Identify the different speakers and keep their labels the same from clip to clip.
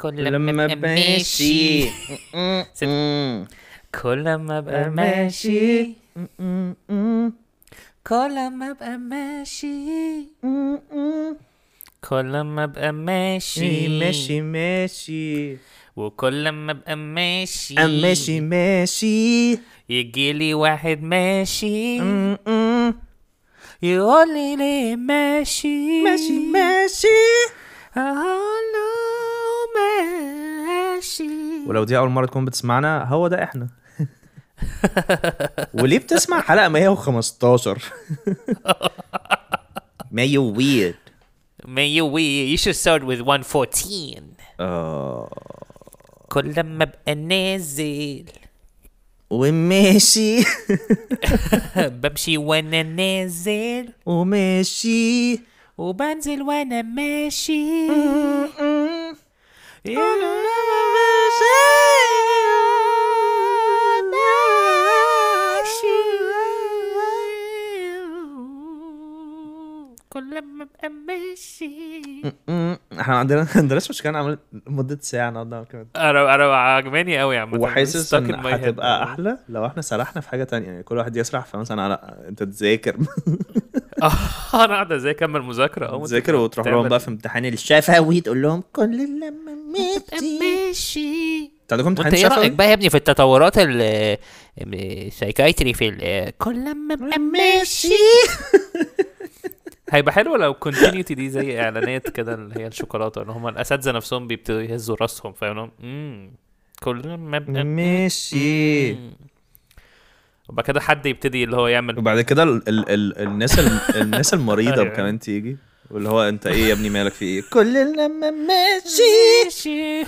Speaker 1: كل
Speaker 2: لما
Speaker 1: ما ابقى
Speaker 2: بمشي
Speaker 1: ماشي كل ما ابقى
Speaker 2: E
Speaker 1: ماشي كل ما ابقى ماشي كل ما ابقى ماشي
Speaker 2: ماشي ماشي
Speaker 1: وكل ما ابقى ماشي
Speaker 2: ماشي ماشي
Speaker 1: يجيلي واحد ماشي
Speaker 2: Mm.
Speaker 1: يقول لي ليه ماشي
Speaker 2: ماشي ماشي
Speaker 1: اقول له ماشي
Speaker 2: ولو دي اول مره تكون بتسمعنا هو ده احنا وليه بتسمع حلقه 115 مايو ويرد
Speaker 1: Man, you weird. You should start with 114.
Speaker 2: اه
Speaker 1: كل ما ابقى نازل
Speaker 2: وماشي
Speaker 1: بمشي وانا نازل
Speaker 2: وماشي
Speaker 1: وبنزل وانا ماشي
Speaker 2: Mm.
Speaker 1: كل ما ابقى ماشي
Speaker 2: احنا عندنا عندنا كان عمل مده ساعه نقعد نعمل كده
Speaker 1: انا انا عاجباني قوي يا عم
Speaker 2: وحاسس ان هتبقى احلى لو احنا سرحنا في حاجه تانية يعني كل واحد يسرح فمثلا على انت تذاكر
Speaker 1: انا قاعد ازاي اكمل مذاكره اه
Speaker 2: تذاكر وتروح لهم بقى في امتحان الشفوي تقول لهم كل لما ماشي
Speaker 1: ماشي
Speaker 2: انت عندكم امتحان
Speaker 1: وانت ايه رايك
Speaker 2: شفوي؟
Speaker 1: بقى يا ابني في التطورات ال- ام- السايكايتري في ال- كل لما ابقى ماشي هيبقى حلو لو كونتينيوتي دي زي اعلانات كده اللي هي الشوكولاته ان هم الاساتذه نفسهم بيبتدوا يهزوا راسهم فاهم امم كل لما ابقى م-
Speaker 2: ماشي
Speaker 1: وبعد كده حد يبتدي اللي هو يعمل
Speaker 2: وبعد كده ال ال ال الناس ال الناس المريضه
Speaker 1: أيوة.
Speaker 2: كمان تيجي واللي هو انت ايه يا ابني مالك في ايه؟ كل لما ماشي
Speaker 1: ماشي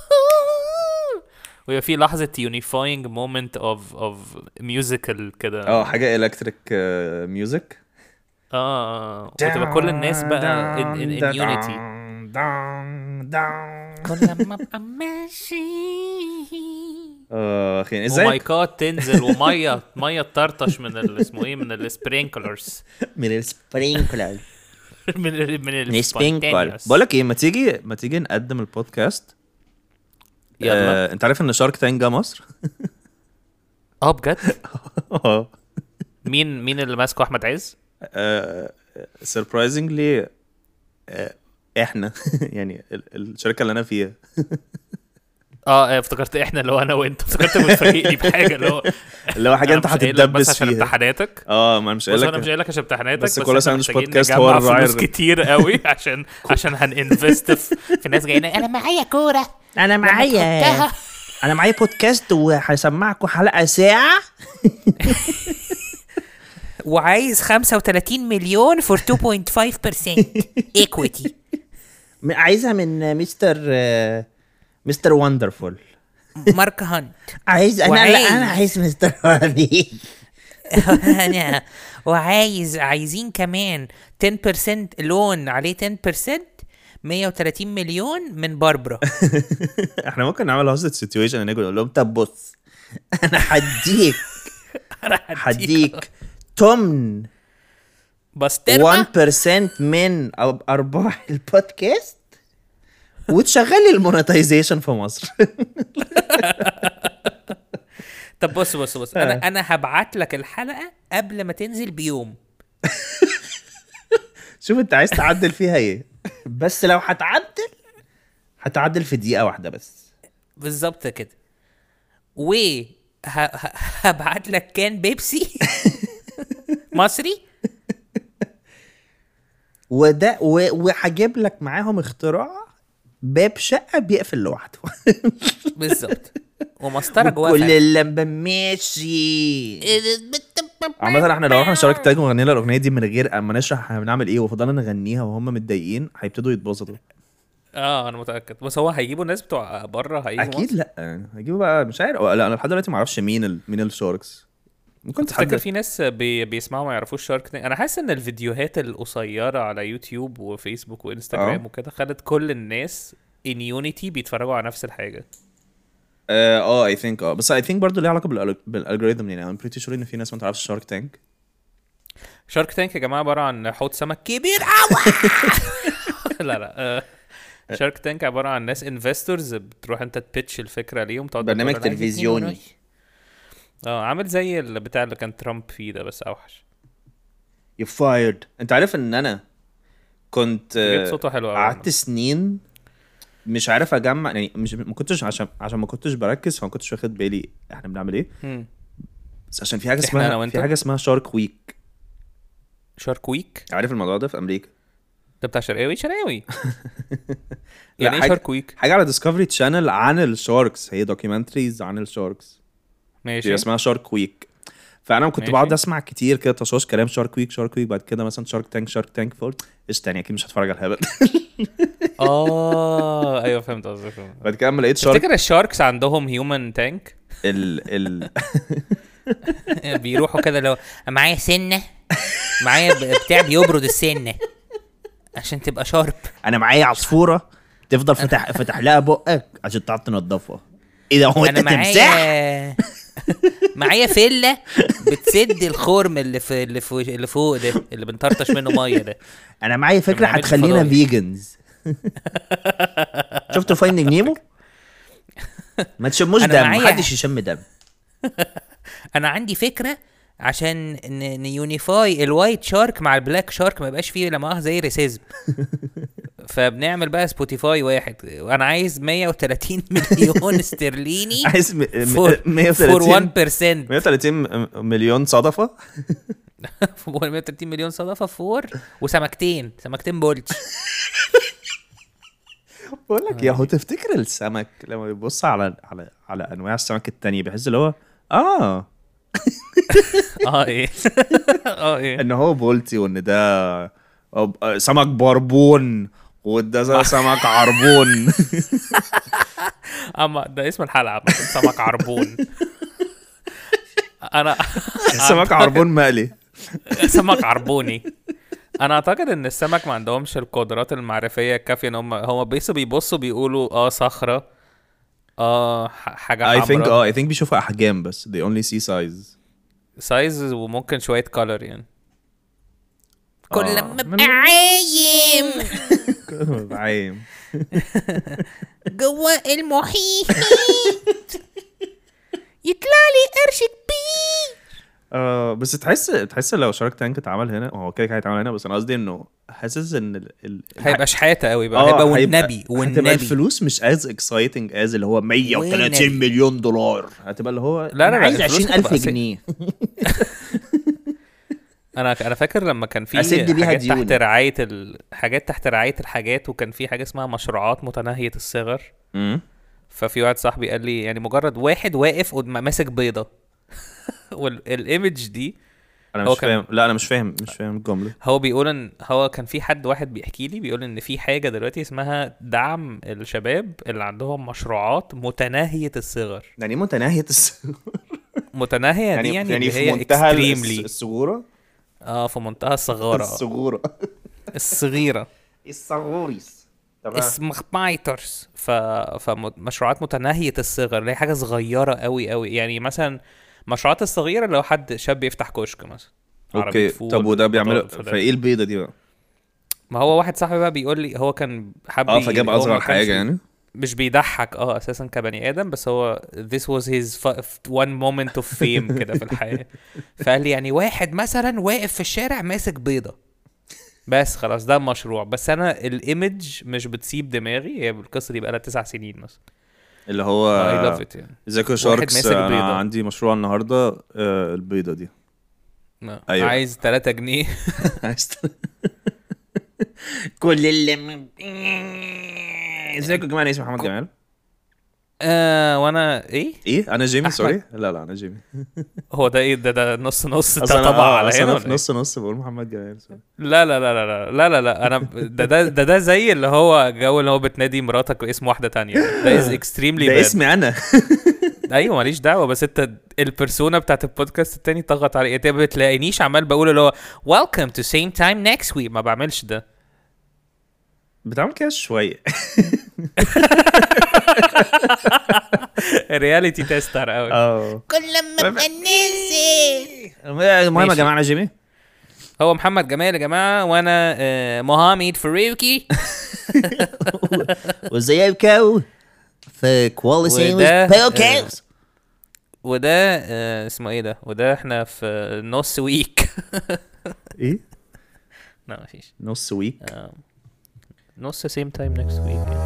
Speaker 1: ويبقى في لحظه يونيفاينج مومنت اوف اوف ميوزيكال كده
Speaker 2: اه حاجه الكتريك ميوزك
Speaker 1: اه وتبقى كل الناس بقى in, in, in unity كل ما ابقى ماشي
Speaker 2: اه اخي ازاي
Speaker 1: ومايكات Oh تنزل وميه ميه تطرطش من ال- اسمه ايه من السبرينكلرز
Speaker 2: من السبرينكلر
Speaker 1: من ال من ال
Speaker 2: من السبرينكلر بقول لك ايه ما تيجي ما تيجي نقدم البودكاست
Speaker 1: يلا
Speaker 2: آه، انت عارف ان شارك تانك جه مصر؟
Speaker 1: اه بجد
Speaker 2: اه
Speaker 1: مين مين اللي ماسكه احمد عز؟
Speaker 2: آه، سربرايزنجلي آه، احنا يعني ال- الشركه اللي انا فيها
Speaker 1: اه آه، افتكرت احنا اللي هو انا وانت افتكرت بتفاجئني بحاجه اللي هو
Speaker 2: اللي هو حاجه
Speaker 1: أنا
Speaker 2: انت
Speaker 1: مش قايل لك بس
Speaker 2: هتتدبس
Speaker 1: عشان
Speaker 2: فيها
Speaker 1: امتحاناتك
Speaker 2: اه ما انا مش
Speaker 1: بس
Speaker 2: قايل
Speaker 1: انا مش
Speaker 2: لك
Speaker 1: قايل لك عشان امتحاناتك
Speaker 2: بس كل
Speaker 1: إحنا
Speaker 2: ساندوتش
Speaker 1: محتاجين
Speaker 2: بودكاست هو
Speaker 1: نجمع
Speaker 2: الراعي
Speaker 1: فلوس
Speaker 2: الري-
Speaker 1: كتير قوي عشان عشان هننفست في في ناس جايين انا معايا كوره
Speaker 2: انا
Speaker 1: معايا
Speaker 2: انا معايا بودكاست وهسمعكم حلقه ساعه
Speaker 1: وعايز 35 مليون فور 2.5% ايكويتي
Speaker 2: عايزها من مستر آه، مستر وندرفول
Speaker 1: مارك هانت
Speaker 2: عايز
Speaker 1: أنا- لا، وعايز- أنا
Speaker 2: عايز مستر وندرفول
Speaker 1: انا وعايز عايزين كمان 10% لون عليه 10% 130 مليون من باربرا
Speaker 2: احنا ممكن نعمل هوست سيتويشن نيجي نقول لهم طب بص انا هديك هديك تمن
Speaker 1: بسطرمة
Speaker 2: 1% من أو- ارباح البودكاست وتشغلي المونتايزيشن في مصر
Speaker 1: طب بص بص بص انا انا هبعت لك الحلقه قبل ما تنزل بيوم
Speaker 2: شوف انت عايز تعدل فيها ايه بس لو هتعدل هتعدل في دقيقه واحده بس
Speaker 1: بالظبط كده و ه- ه- هبعت لك كان بيبسي مصري
Speaker 2: وده و- وهجيب لك معاهم اختراع باب شقه بيقفل لوحده
Speaker 1: بالظبط ومسطره جواه
Speaker 2: كل
Speaker 1: فعلا.
Speaker 2: اللمبه ماشي عامة احنا لو رحنا شارك تاج وغنينا الاغنيه دي من غير اما نشرح احنا بنعمل ايه وفضلنا نغنيها وهم متضايقين هيبتدوا يتبسطوا
Speaker 1: اه انا متاكد بس هو هيجيبوا الناس بتوع بره هيجيبوا
Speaker 2: اكيد لا يعني هيجيبوا بقى مش عارف لا انا لحد دلوقتي ما اعرفش مين ال... مين الشاركس ممكن
Speaker 1: تفتكر
Speaker 2: تحدد
Speaker 1: في ناس بي... بيسمعوا ما يعرفوش شارك تانك انا حاسس ان الفيديوهات القصيره على يوتيوب وفيسبوك وانستجرام
Speaker 3: اه.
Speaker 2: آه.
Speaker 1: وكده خلت كل الناس ان يونيتي بيتفرجوا على نفس الحاجه
Speaker 2: اه اه اي ثينك اه بس اي ثينك برضه ليها علاقه بالأل- بالالجوريثم يعني ام بريتي شور ان في ناس ما تعرفش شارك تانك
Speaker 1: شارك تانك يا جماعه عباره عن حوض سمك كبير قوي لا لا آه، شارك تانك عباره عن ناس انفستورز بتروح انت تبيتش الفكره ليهم تقعد
Speaker 3: برنامج
Speaker 1: تقول أنا عايز اتنين
Speaker 3: تلفزيوني.
Speaker 1: ونص. اه عامل زي البتاع اللي كان ترامب فيه ده بس اوحش
Speaker 3: يو فايرد
Speaker 2: انت عارف ان انا كنت
Speaker 3: آه،
Speaker 2: آه،
Speaker 1: جبت صوته حلو قوي
Speaker 2: قعدت سنين مش عارف اجمع يعني مش ما كنتش عشان عشان ما كنتش بركز فما كنتش واخد بالي احنا بنعمل ايه بس عشان في حاجه
Speaker 1: إحنا أنا
Speaker 2: اسمها
Speaker 1: وأنت؟
Speaker 2: في حاجه اسمها شارك ويك
Speaker 1: شارك ويك
Speaker 2: عارف الموضوع ده في امريكا
Speaker 1: ده بتاع شرقاوي شرقاوي يعني ايه
Speaker 2: حاجة-
Speaker 1: شارك ويك
Speaker 2: حاجه على ديسكفري تشانل عن الشاركس هي دوكيومنتريز عن الشاركس
Speaker 1: ماشي
Speaker 2: هي اسمها شارك ويك فانا كنت
Speaker 1: ماشي.
Speaker 2: بقعد اسمع كتير كده تصوص كلام شارك ويك شارك ويك بعد كده مثلا شارك تانك شارك تانك فولت ايش تاني اكيد يعني مش هتفرج على الهبل
Speaker 1: اه ايوه فهمت قصدك فهمت.
Speaker 2: بعد كده اما لقيت شارك
Speaker 1: تفتكر الشاركس عندهم هيومن تانك
Speaker 2: ال ال
Speaker 1: بيروحوا كده لو معايا سنه معايا ب- بتاع بيبرد السنه عشان تبقى شارب
Speaker 2: انا معايا عصفوره تفضل فتح فتح لها بقك عشان تعرف تنضفها ايه ده هو انت
Speaker 4: انا
Speaker 2: تمساح
Speaker 4: معايا معايا فله بتسد الخرم اللي في اللي فوق اللي فوق ده اللي بنطرطش منه ميه ده
Speaker 2: انا معايا فكره
Speaker 1: بنعمل
Speaker 2: هتخلينا
Speaker 1: فضائي.
Speaker 2: فيجنز شفتوا فايندينج نيمو ما تشموش دم
Speaker 4: أنا معايا-
Speaker 2: محدش يشم دم
Speaker 4: انا عندي فكره عشان ن- نيونيفاي الوايت شارك مع البلاك شارك ما يبقاش فيه لا مؤاخذه زي ريسيزم فبنعمل بقى سبوتيفاي واحد وانا عايز 130 مليون استرليني
Speaker 2: عايز م- م-
Speaker 4: فور
Speaker 2: 130
Speaker 4: 1%
Speaker 2: 130 م- مليون صدفه
Speaker 4: 130 مليون صدفه فور وسمكتين سمكتين بولتش
Speaker 2: بقول لك يا هو تفتكر السمك لما بيبص على على على انواع السمك التانية بيحس اللي هو اه
Speaker 1: اه ايه اه ايه
Speaker 2: ان هو بولتي وان ده أب- سمك بربون وده زي سمك عربون
Speaker 1: اما ده اسم الحلقه عامة، سمك عربون انا
Speaker 2: سمك عربون مقلي
Speaker 1: سمك عربوني انا اعتقد ان السمك ما عندهمش القدرات المعرفيه الكافيه ان هم هم بس بيبصوا بيقولوا اه صخره اه ح- حاجه
Speaker 2: I think
Speaker 1: حمراء
Speaker 2: اه I think بيشوفوا احجام بس they only see size
Speaker 1: سايز وممكن شويه كلر يعني
Speaker 2: آه.
Speaker 4: كل ما ابقى عايم
Speaker 2: عايم
Speaker 4: جوه المحيط يطلع لي قرش كبير
Speaker 2: آه بس تحس تحس لو شارك تانك اتعمل هنا هو كده كده هيتعمل هنا بس انا قصدي انه حاسس ان ال... ال...
Speaker 1: هيبقى شحاته قوي بقى
Speaker 2: آه،
Speaker 1: هيبقى
Speaker 4: والنبي-
Speaker 2: هتبقى
Speaker 4: والنبي.
Speaker 2: الفلوس مش از اكسايتنج از اللي هو 130
Speaker 4: والنبي.
Speaker 2: مليون دولار هتبقى اللي هو
Speaker 1: لا،
Speaker 2: أنا
Speaker 1: لا،
Speaker 2: عايز
Speaker 1: الفلوس
Speaker 2: 20000
Speaker 1: هتبقى
Speaker 2: جنيه
Speaker 1: انا انا فاكر لما كان في
Speaker 2: أسد بيها
Speaker 1: حاجات
Speaker 2: ديوني.
Speaker 1: تحت رعايه ال- حاجات تحت رعايه الحاجات وكان في حاجه اسمها مشروعات متناهيه الصغر
Speaker 2: مم.
Speaker 1: ففي واحد صاحبي قال لي يعني مجرد واحد واقف قدام- ماسك بيضه والايمج دي
Speaker 2: انا
Speaker 1: هو
Speaker 2: مش
Speaker 1: كان-
Speaker 2: فاهم لا انا مش فاهم مش فاهم الجمله
Speaker 1: هو بيقول ان هو كان في حد واحد بيحكي لي بيقول ان في حاجه دلوقتي اسمها دعم الشباب اللي عندهم مشروعات متناهيه الصغر
Speaker 2: يعني إيه متناهيه الس...
Speaker 1: متناهيه يعني دي
Speaker 2: يعني
Speaker 1: يعني,
Speaker 2: يعني
Speaker 1: اللي
Speaker 2: في
Speaker 1: هي
Speaker 2: منتهى الس-
Speaker 1: extremely.
Speaker 2: السجوره
Speaker 1: اه في منتهى الصغاره آه.
Speaker 2: السجوره
Speaker 1: الصغيره
Speaker 2: السغوريس
Speaker 1: اسم بايترز ف... فمشروعات متناهية الصغر اللي هي حاجة صغيرة قوي قوي يعني مثلا مشروعات الصغيرة لو حد شاب يفتح كشك مثلا
Speaker 2: اوكي
Speaker 1: عربية فول،
Speaker 2: طب وده إيه؟ بيعملوا
Speaker 1: بطاطس،
Speaker 2: فايه البيضه دي بقى
Speaker 1: ما هو واحد صاحبي بقى بيقول لي هو كان حب
Speaker 2: اه
Speaker 1: ي-
Speaker 2: فجاب
Speaker 1: هو ما
Speaker 2: اصغر
Speaker 1: كانش-
Speaker 2: حاجه يعني
Speaker 1: مش بيضحك اه اساسا كبني ادم بس هو this was his fu- one moment of fame كده في الحياه فقال لي يعني واحد مثلا واقف في الشارع ماسك بيضه بس خلاص ده مشروع بس انا الايمج مش بتسيب دماغي هي القصه دي بقى لها تسع سنين مثلا
Speaker 2: اللي هو
Speaker 1: اي لاف ات يعني
Speaker 2: ازيكم يا شاركس
Speaker 1: ماسك
Speaker 2: انا
Speaker 1: بيضة.
Speaker 2: عندي مشروع النهارده آه، البيضه دي
Speaker 1: آه.
Speaker 2: أيوة.
Speaker 1: عايز 3 جنيه
Speaker 3: كل اللي
Speaker 2: ازيكم يا جماعه انا اسمي محمد جمال
Speaker 1: آه وانا ايه
Speaker 2: ايه انا جيمي
Speaker 1: أحمد.
Speaker 2: سوري لا لا انا جيمي
Speaker 1: هو ده ايه ده ده نص نص ده
Speaker 2: أصل أنا-
Speaker 1: طبع
Speaker 2: آه،
Speaker 1: على
Speaker 2: أصل
Speaker 1: هنا
Speaker 2: انا
Speaker 1: ولا
Speaker 2: في
Speaker 1: إيه؟
Speaker 2: نص نص بقول محمد جمال سوري
Speaker 1: لا لا لا لا لا لا لا انا ده ده ده, ده زي اللي هو جو اللي هو بتنادي مراتك باسم واحده تانية ده از اكستريملي
Speaker 2: ده اسمي انا
Speaker 1: ايوه ماليش دعوه بس انت البرسونا بتاعت البودكاست التاني طغت عليا انت ما بتلاقينيش عمال بقول اللي هو ويلكم تو سيم تايم نكست ويك ما بعملش ده
Speaker 2: بتعمل كده شويه
Speaker 1: رياليتي تيستر قوي
Speaker 2: اه
Speaker 4: كل ما ابقى نازل
Speaker 2: المهم يا جماعه انا جيمي
Speaker 1: هو محمد جمال يا جماعه وانا آه، محمد فاروقي
Speaker 2: وزيكو في كواليتي
Speaker 1: وده،
Speaker 2: بودكاست
Speaker 1: وده آه، اسمه ايه ده وده احنا في نص ويك
Speaker 2: ايه
Speaker 1: لا مفيش
Speaker 2: نص ويك
Speaker 1: آه، نص سيم تايم نكست ويك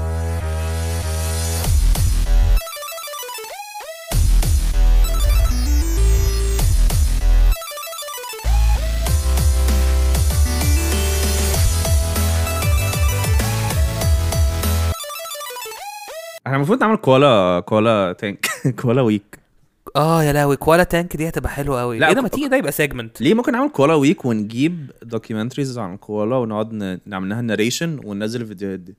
Speaker 2: احنا المفروض نعمل كوالا كوالا تانك كوالا ويك
Speaker 4: آه
Speaker 1: اه يا لهوي كوالا تانك دي هتبقى حلوه قوي
Speaker 2: لا،
Speaker 4: إيه
Speaker 1: ايه ده ما
Speaker 2: كو-
Speaker 1: تيجي ده يبقى سيجمنت
Speaker 2: ليه ممكن نعمل كوالا ويك ونجيب دوكيومنتريز عن كوالا ونقعد ن- نعمل لها ناريشن وننزل الفيديوهات دي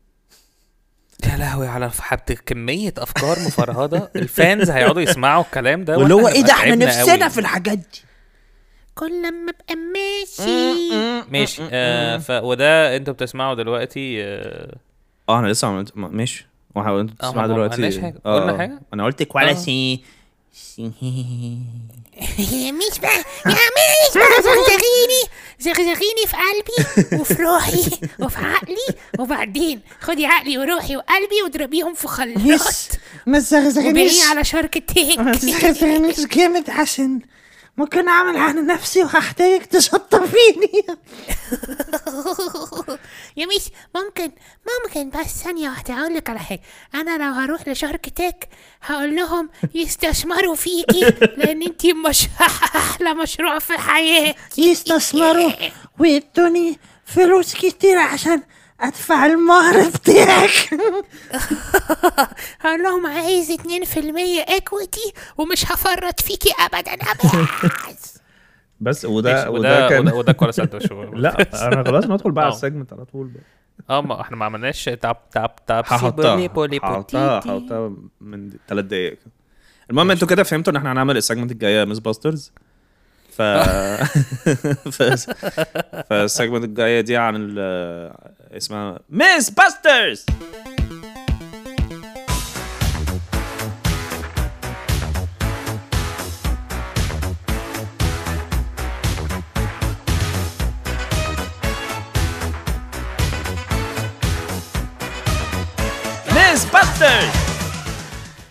Speaker 1: يا لهوي على حبت كميه افكار مفرهده الفانز هيقعدوا يسمعوا الكلام ده
Speaker 2: واللي هو
Speaker 1: وإحنا
Speaker 2: ايه ده
Speaker 1: هنبقى
Speaker 2: احنا
Speaker 1: تعبنا
Speaker 2: نفسنا
Speaker 1: قوي.
Speaker 2: في الحاجات دي
Speaker 5: كل ما ابقى ماشي
Speaker 1: ماشي آه ف... وده انتوا بتسمعوا دلوقتي آه
Speaker 2: اه انا لسه عملت ما- ماشي واحد انت
Speaker 1: ما-
Speaker 2: بتسمع
Speaker 1: ما
Speaker 2: دلوقتي
Speaker 1: قلناش حاجة.
Speaker 2: آه،
Speaker 1: قلنا
Speaker 2: آه.
Speaker 1: حاجة؟ آه.
Speaker 2: انا قلت كواليتي
Speaker 5: مش بقى يا عم مش بقى زغزغيني زغزغيني في قلبي وفي روحي وفي عقلي وبعدين خدي عقلي وروحي وقلبي واضربيهم في خلاط
Speaker 3: ما تزغزغنيش
Speaker 5: وبيعي على شارك
Speaker 3: ما
Speaker 5: تيك
Speaker 3: تزغزغنيش جامد عشان ممكن اعمل عن نفسي وهحتاجك تشطب فيني
Speaker 5: يا ميس ممكن ممكن بس ثانية واحدة أقول لك على حاجة أنا لو هروح لشارك تيك هقول لهم يستثمروا فيكي لأن أنتي مش أحلى مشروع في الحياة
Speaker 3: يستثمروا ويدوني فلوس كتير عشان ادفع المهر بتاعك
Speaker 5: هقول لهم عايز 2% اكويتي ومش هفرط فيكي ابدا ابدا
Speaker 2: بس
Speaker 1: ماشي،
Speaker 2: وده
Speaker 1: وده
Speaker 2: وده
Speaker 1: وده,
Speaker 2: كان
Speaker 1: وده كولا ساندويتش
Speaker 2: لا انا خلاص ندخل بقى على
Speaker 1: آه.
Speaker 2: السيجمنت على طول بقى
Speaker 1: اه ما احنا ما عملناش تاب تاب تاب
Speaker 2: هحطها
Speaker 1: سيبولي بولي بوتي.
Speaker 2: هحطها هحطها من ثلاث دقايق المهم انتوا كده فهمتوا ان احنا هنعمل السيجمنت الجايه مس باسترز ف ف- فالسيجمنت الجايه دي عن ال... اسمها مس باسترز مس باسترز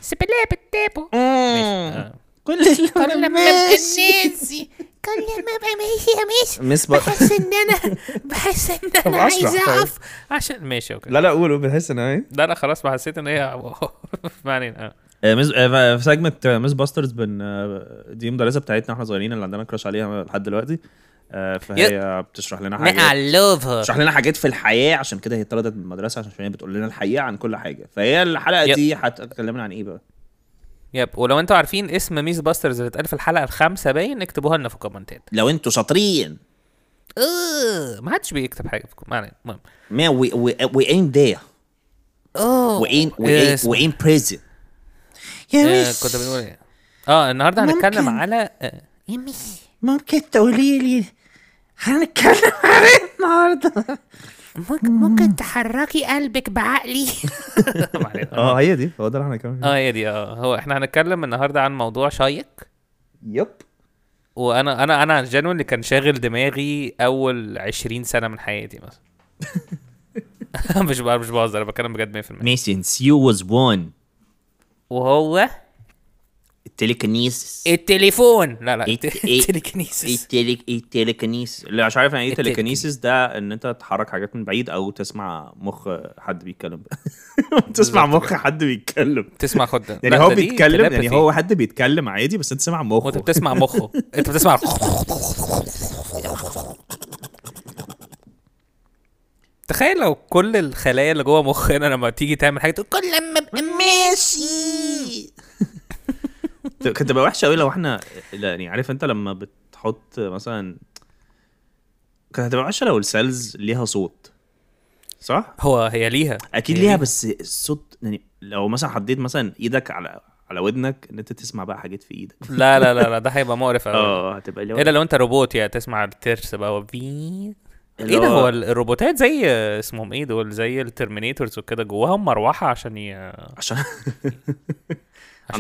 Speaker 5: سبلا بالتابو
Speaker 1: آه.
Speaker 3: كل اللي
Speaker 5: كل
Speaker 3: أنا
Speaker 5: ما ابقى
Speaker 3: ماشي
Speaker 5: نازي كل ما ابقى ماشي يا ماشي
Speaker 2: مس با-
Speaker 5: بحس ان انا بحس ان انا
Speaker 2: أسرع،
Speaker 5: عايز
Speaker 2: طيب.
Speaker 5: اقف
Speaker 1: عشان ماشي اوكي
Speaker 2: لا لا قولوا بحس ان ايه
Speaker 1: لا لا خلاص ما حسيت ان هي ما علينا آه.
Speaker 2: آه، مس آه، في سيجمنت مس باسترز بن آه، دي مدرسه بتاعتنا واحنا صغيرين اللي عندنا كراش عليها لحد دلوقتي آه، فهي بتشرح لنا
Speaker 4: Ah,
Speaker 2: حاجات
Speaker 4: لوف هير
Speaker 2: بتشرح لنا حاجات في الحياه عشان كده هي اتطردت من المدرسه عشان هي بتقول لنا الحقيقه عن كل حاجه فهي الحلقه
Speaker 1: يب.
Speaker 2: دي هتكلمنا عن ايه بقى
Speaker 1: يب ولو انتوا عارفين اسم ميس باسترز اللي اتقال في الحلقه الخامسه باين اكتبوها لنا في الكومنتات
Speaker 2: لو انتوا شاطرين
Speaker 1: آه، ما حدش بيكتب حاجه في الكوم- ما علينا المهم
Speaker 2: ما وي وي وي اين ذير
Speaker 1: اه
Speaker 2: وي اين وي
Speaker 1: Yes.
Speaker 2: وي اين بريزن
Speaker 3: يا
Speaker 1: كنت
Speaker 3: ميس
Speaker 1: بنقول ايه اه النهارده هنتكلم
Speaker 3: ممكن.
Speaker 1: على آه،
Speaker 5: يا ماشي
Speaker 3: ممكن تقولي لي هنتكلم عن ايه النهارده
Speaker 5: ممكن, ممكن تحركي قلبك بعقلي
Speaker 1: ما علينا
Speaker 2: اه هي دي هو ده اللي احنا هنتكلم
Speaker 1: اه هي دي اه هو احنا هنتكلم النهارده عن موضوع شيق
Speaker 2: يب
Speaker 1: وانا انا انا جنو اللي كان شاغل دماغي اول 20 سنه من حياتي مثلا مش بقى مش بهزر انا بتكلم بجد 100%
Speaker 2: ميسنس يو واز وان
Speaker 1: وهو
Speaker 2: التليكنيسيس
Speaker 1: التليفون لا لا
Speaker 2: إيه- إيه-
Speaker 1: التليكنيسيس
Speaker 2: التليكنيسيس اللي مش عارف يعني ايه
Speaker 1: التليكنيسيس.
Speaker 2: تليكنيسيس ده ان انت تتحرك حاجات من بعيد او تسمع مخ حد بيتكلم تسمع مخ حد بيتكلم
Speaker 1: تسمع خد ده.
Speaker 2: يعني
Speaker 1: لا،
Speaker 2: هو
Speaker 1: ده دي
Speaker 2: بيتكلم يعني
Speaker 1: telepathy.
Speaker 2: هو حد بيتكلم عادي بس انت سامع مخه
Speaker 1: وانت بتسمع مخه انت بتسمع تخيل لو كل الخلايا اللي جوه مخنا لما تيجي تعمل حاجه تقول كل لما ابقى
Speaker 2: ماشي كانت تبقى وحشه قوي لو احنا لا، يعني عارف انت لما بتحط مثلا كانت هتبقى وحشه لو السيلز ليها صوت صح؟
Speaker 1: هو هي ليها
Speaker 2: اكيد
Speaker 1: هي
Speaker 2: ليها بس الصوت يعني لو مثلا حديت مثلا ايدك على على ودنك ان انت تسمع بقى حاجات في ايدك
Speaker 1: لا لا لا لا ده هيبقى مقرف قوي
Speaker 2: اه هتبقى اللي هو
Speaker 1: الا لو انت روبوت يعني تسمع الترس بقى هو في
Speaker 2: اللي
Speaker 1: ايه ده
Speaker 2: هو-
Speaker 1: هو الروبوتات زي اسمهم ايه دول زي الترمينيتورز وكده جواهم مروحه عشان ي... عشان
Speaker 2: عشان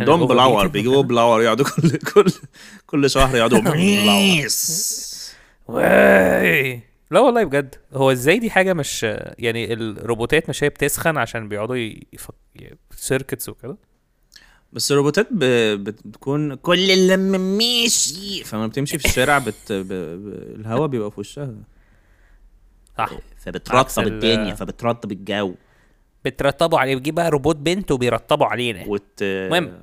Speaker 2: عندهم
Speaker 1: يبقوا
Speaker 2: بلاور
Speaker 1: overheated
Speaker 2: بيجيبوا بلاور يقعدوا كل كل كل شهر يقعدوا بلاور
Speaker 1: واي لا والله بجد هو ازاي دي حاجه مش يعني الروبوتات مش هي بتسخن عشان بيقعدوا يفك... سيركتس وكده
Speaker 2: بس الروبوتات ب... بتكون كل لما ماشي فلما بتمشي في الشارع بت... ب... ب... الهواء بيبقى في وشها
Speaker 1: صح عكس
Speaker 2: فبترطب
Speaker 1: ال-
Speaker 2: الدنيا فبترطب الجو
Speaker 1: بترطبوا عليه بتجيب بقى روبوت بنت وبيرطبوا علينا
Speaker 2: وت
Speaker 1: المهم.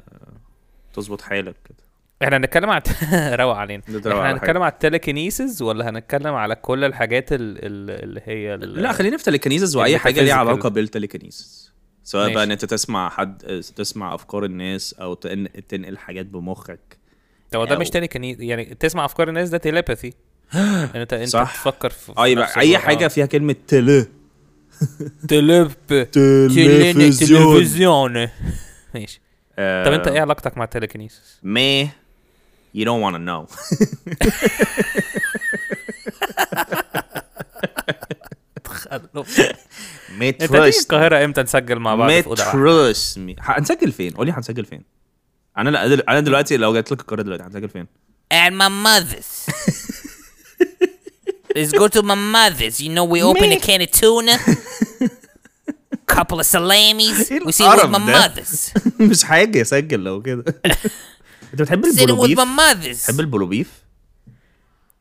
Speaker 2: تظبط حالك كده
Speaker 1: احنا هنتكلم على روق علينا
Speaker 2: ده روق
Speaker 1: احنا
Speaker 2: على
Speaker 1: هنتكلم على التليكينيسز ولا هنتكلم على كل الحاجات ال... ال... اللي هي ال...
Speaker 2: لا خلينا في تليكنيزز واي حاجه ليها
Speaker 1: يعني Metaphysical.
Speaker 2: علاقه بالتليكنيزز سواء
Speaker 1: ماشي.
Speaker 2: بقى ان انت تسمع حد تسمع افكار الناس او تن- تنقل حاجات بمخك
Speaker 1: هو ده
Speaker 2: أو-
Speaker 1: مش تليكينيز يعني تسمع افكار الناس ده يعني تيليباثي انت انت
Speaker 2: صح. أيوة،
Speaker 1: تفكر في في
Speaker 2: اي
Speaker 1: نفس
Speaker 2: بقى اي
Speaker 1: الوقت. آه.
Speaker 2: حاجه فيها كلمه تل
Speaker 1: تلب تلفزيون ماشي طب
Speaker 2: آه.
Speaker 1: انت ايه علاقتك مع التليكينيسيس؟
Speaker 2: ما you don't want to know ما
Speaker 1: انت هتيجي
Speaker 2: ترست
Speaker 1: القاهرة امتى نسجل مع بعض
Speaker 2: ما
Speaker 1: في اوضة واحدة؟
Speaker 2: ترست مي هنسجل فين قولي هنسجل فين انا لا دل... انا دلوقتي لو جات لك القرار دلوقتي هنسجل فين
Speaker 4: At my mother's. Let's go to my mother's. You know, we open a can of tuna, couple of salamis.
Speaker 2: إيه
Speaker 4: We sit with
Speaker 2: القرف
Speaker 4: my
Speaker 2: ده؟
Speaker 4: mother's.
Speaker 2: مش حاجه اسجل لو كده انت بتحب
Speaker 4: Sitting with
Speaker 2: البولوبيف
Speaker 4: my mother's.
Speaker 2: بتحب البولوبيف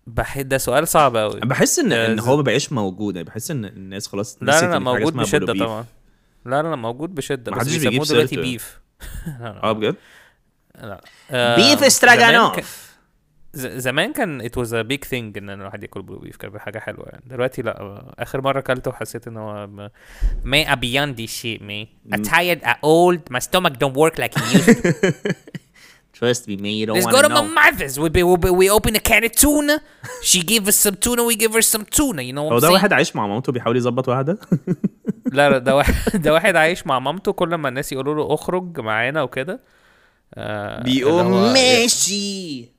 Speaker 1: بح- ده سؤال صعب قوي
Speaker 2: بحس ان ان
Speaker 1: آه،
Speaker 2: هو ما بقاش موجود يعني بحس ان الناس خلاص
Speaker 1: لا
Speaker 2: نسيت
Speaker 1: لا لا
Speaker 2: إن في حاجة
Speaker 1: موجود
Speaker 2: اسمها
Speaker 1: بشدة
Speaker 2: بولوبيف.
Speaker 1: طبعا لا لا لا موجود بشدة بس
Speaker 2: محدش بيجيب
Speaker 1: بيسموه دلوقتي
Speaker 2: سيرته.
Speaker 1: بيف
Speaker 2: اه بجد
Speaker 1: بيف زمان كان ات واز ا بيج ثينج ان الواحد ياكل بلو بيف كان حاجه حلوه يعني دلوقتي لا اخر مره اكلته حسيت ان هو ما-
Speaker 4: Man, I beyond this shit, man. I'm tired, I'm old, my stomach don't work like it used to.
Speaker 2: trust me man you don't
Speaker 4: Let's go to my mother's. We, be, we, be, we open a can of tuna. She give us some tuna, we give her some tuna. You know what
Speaker 2: هو ده
Speaker 4: I'm saying?
Speaker 2: واحد عايش مع مامته بيحاول يظبط
Speaker 1: آه،
Speaker 2: واحده
Speaker 1: لا لا ده واحد ده واحد عايش مع مامته كل ما الناس يقولوا له اخرج معانا وكده آه، اللي هو-
Speaker 2: ماشي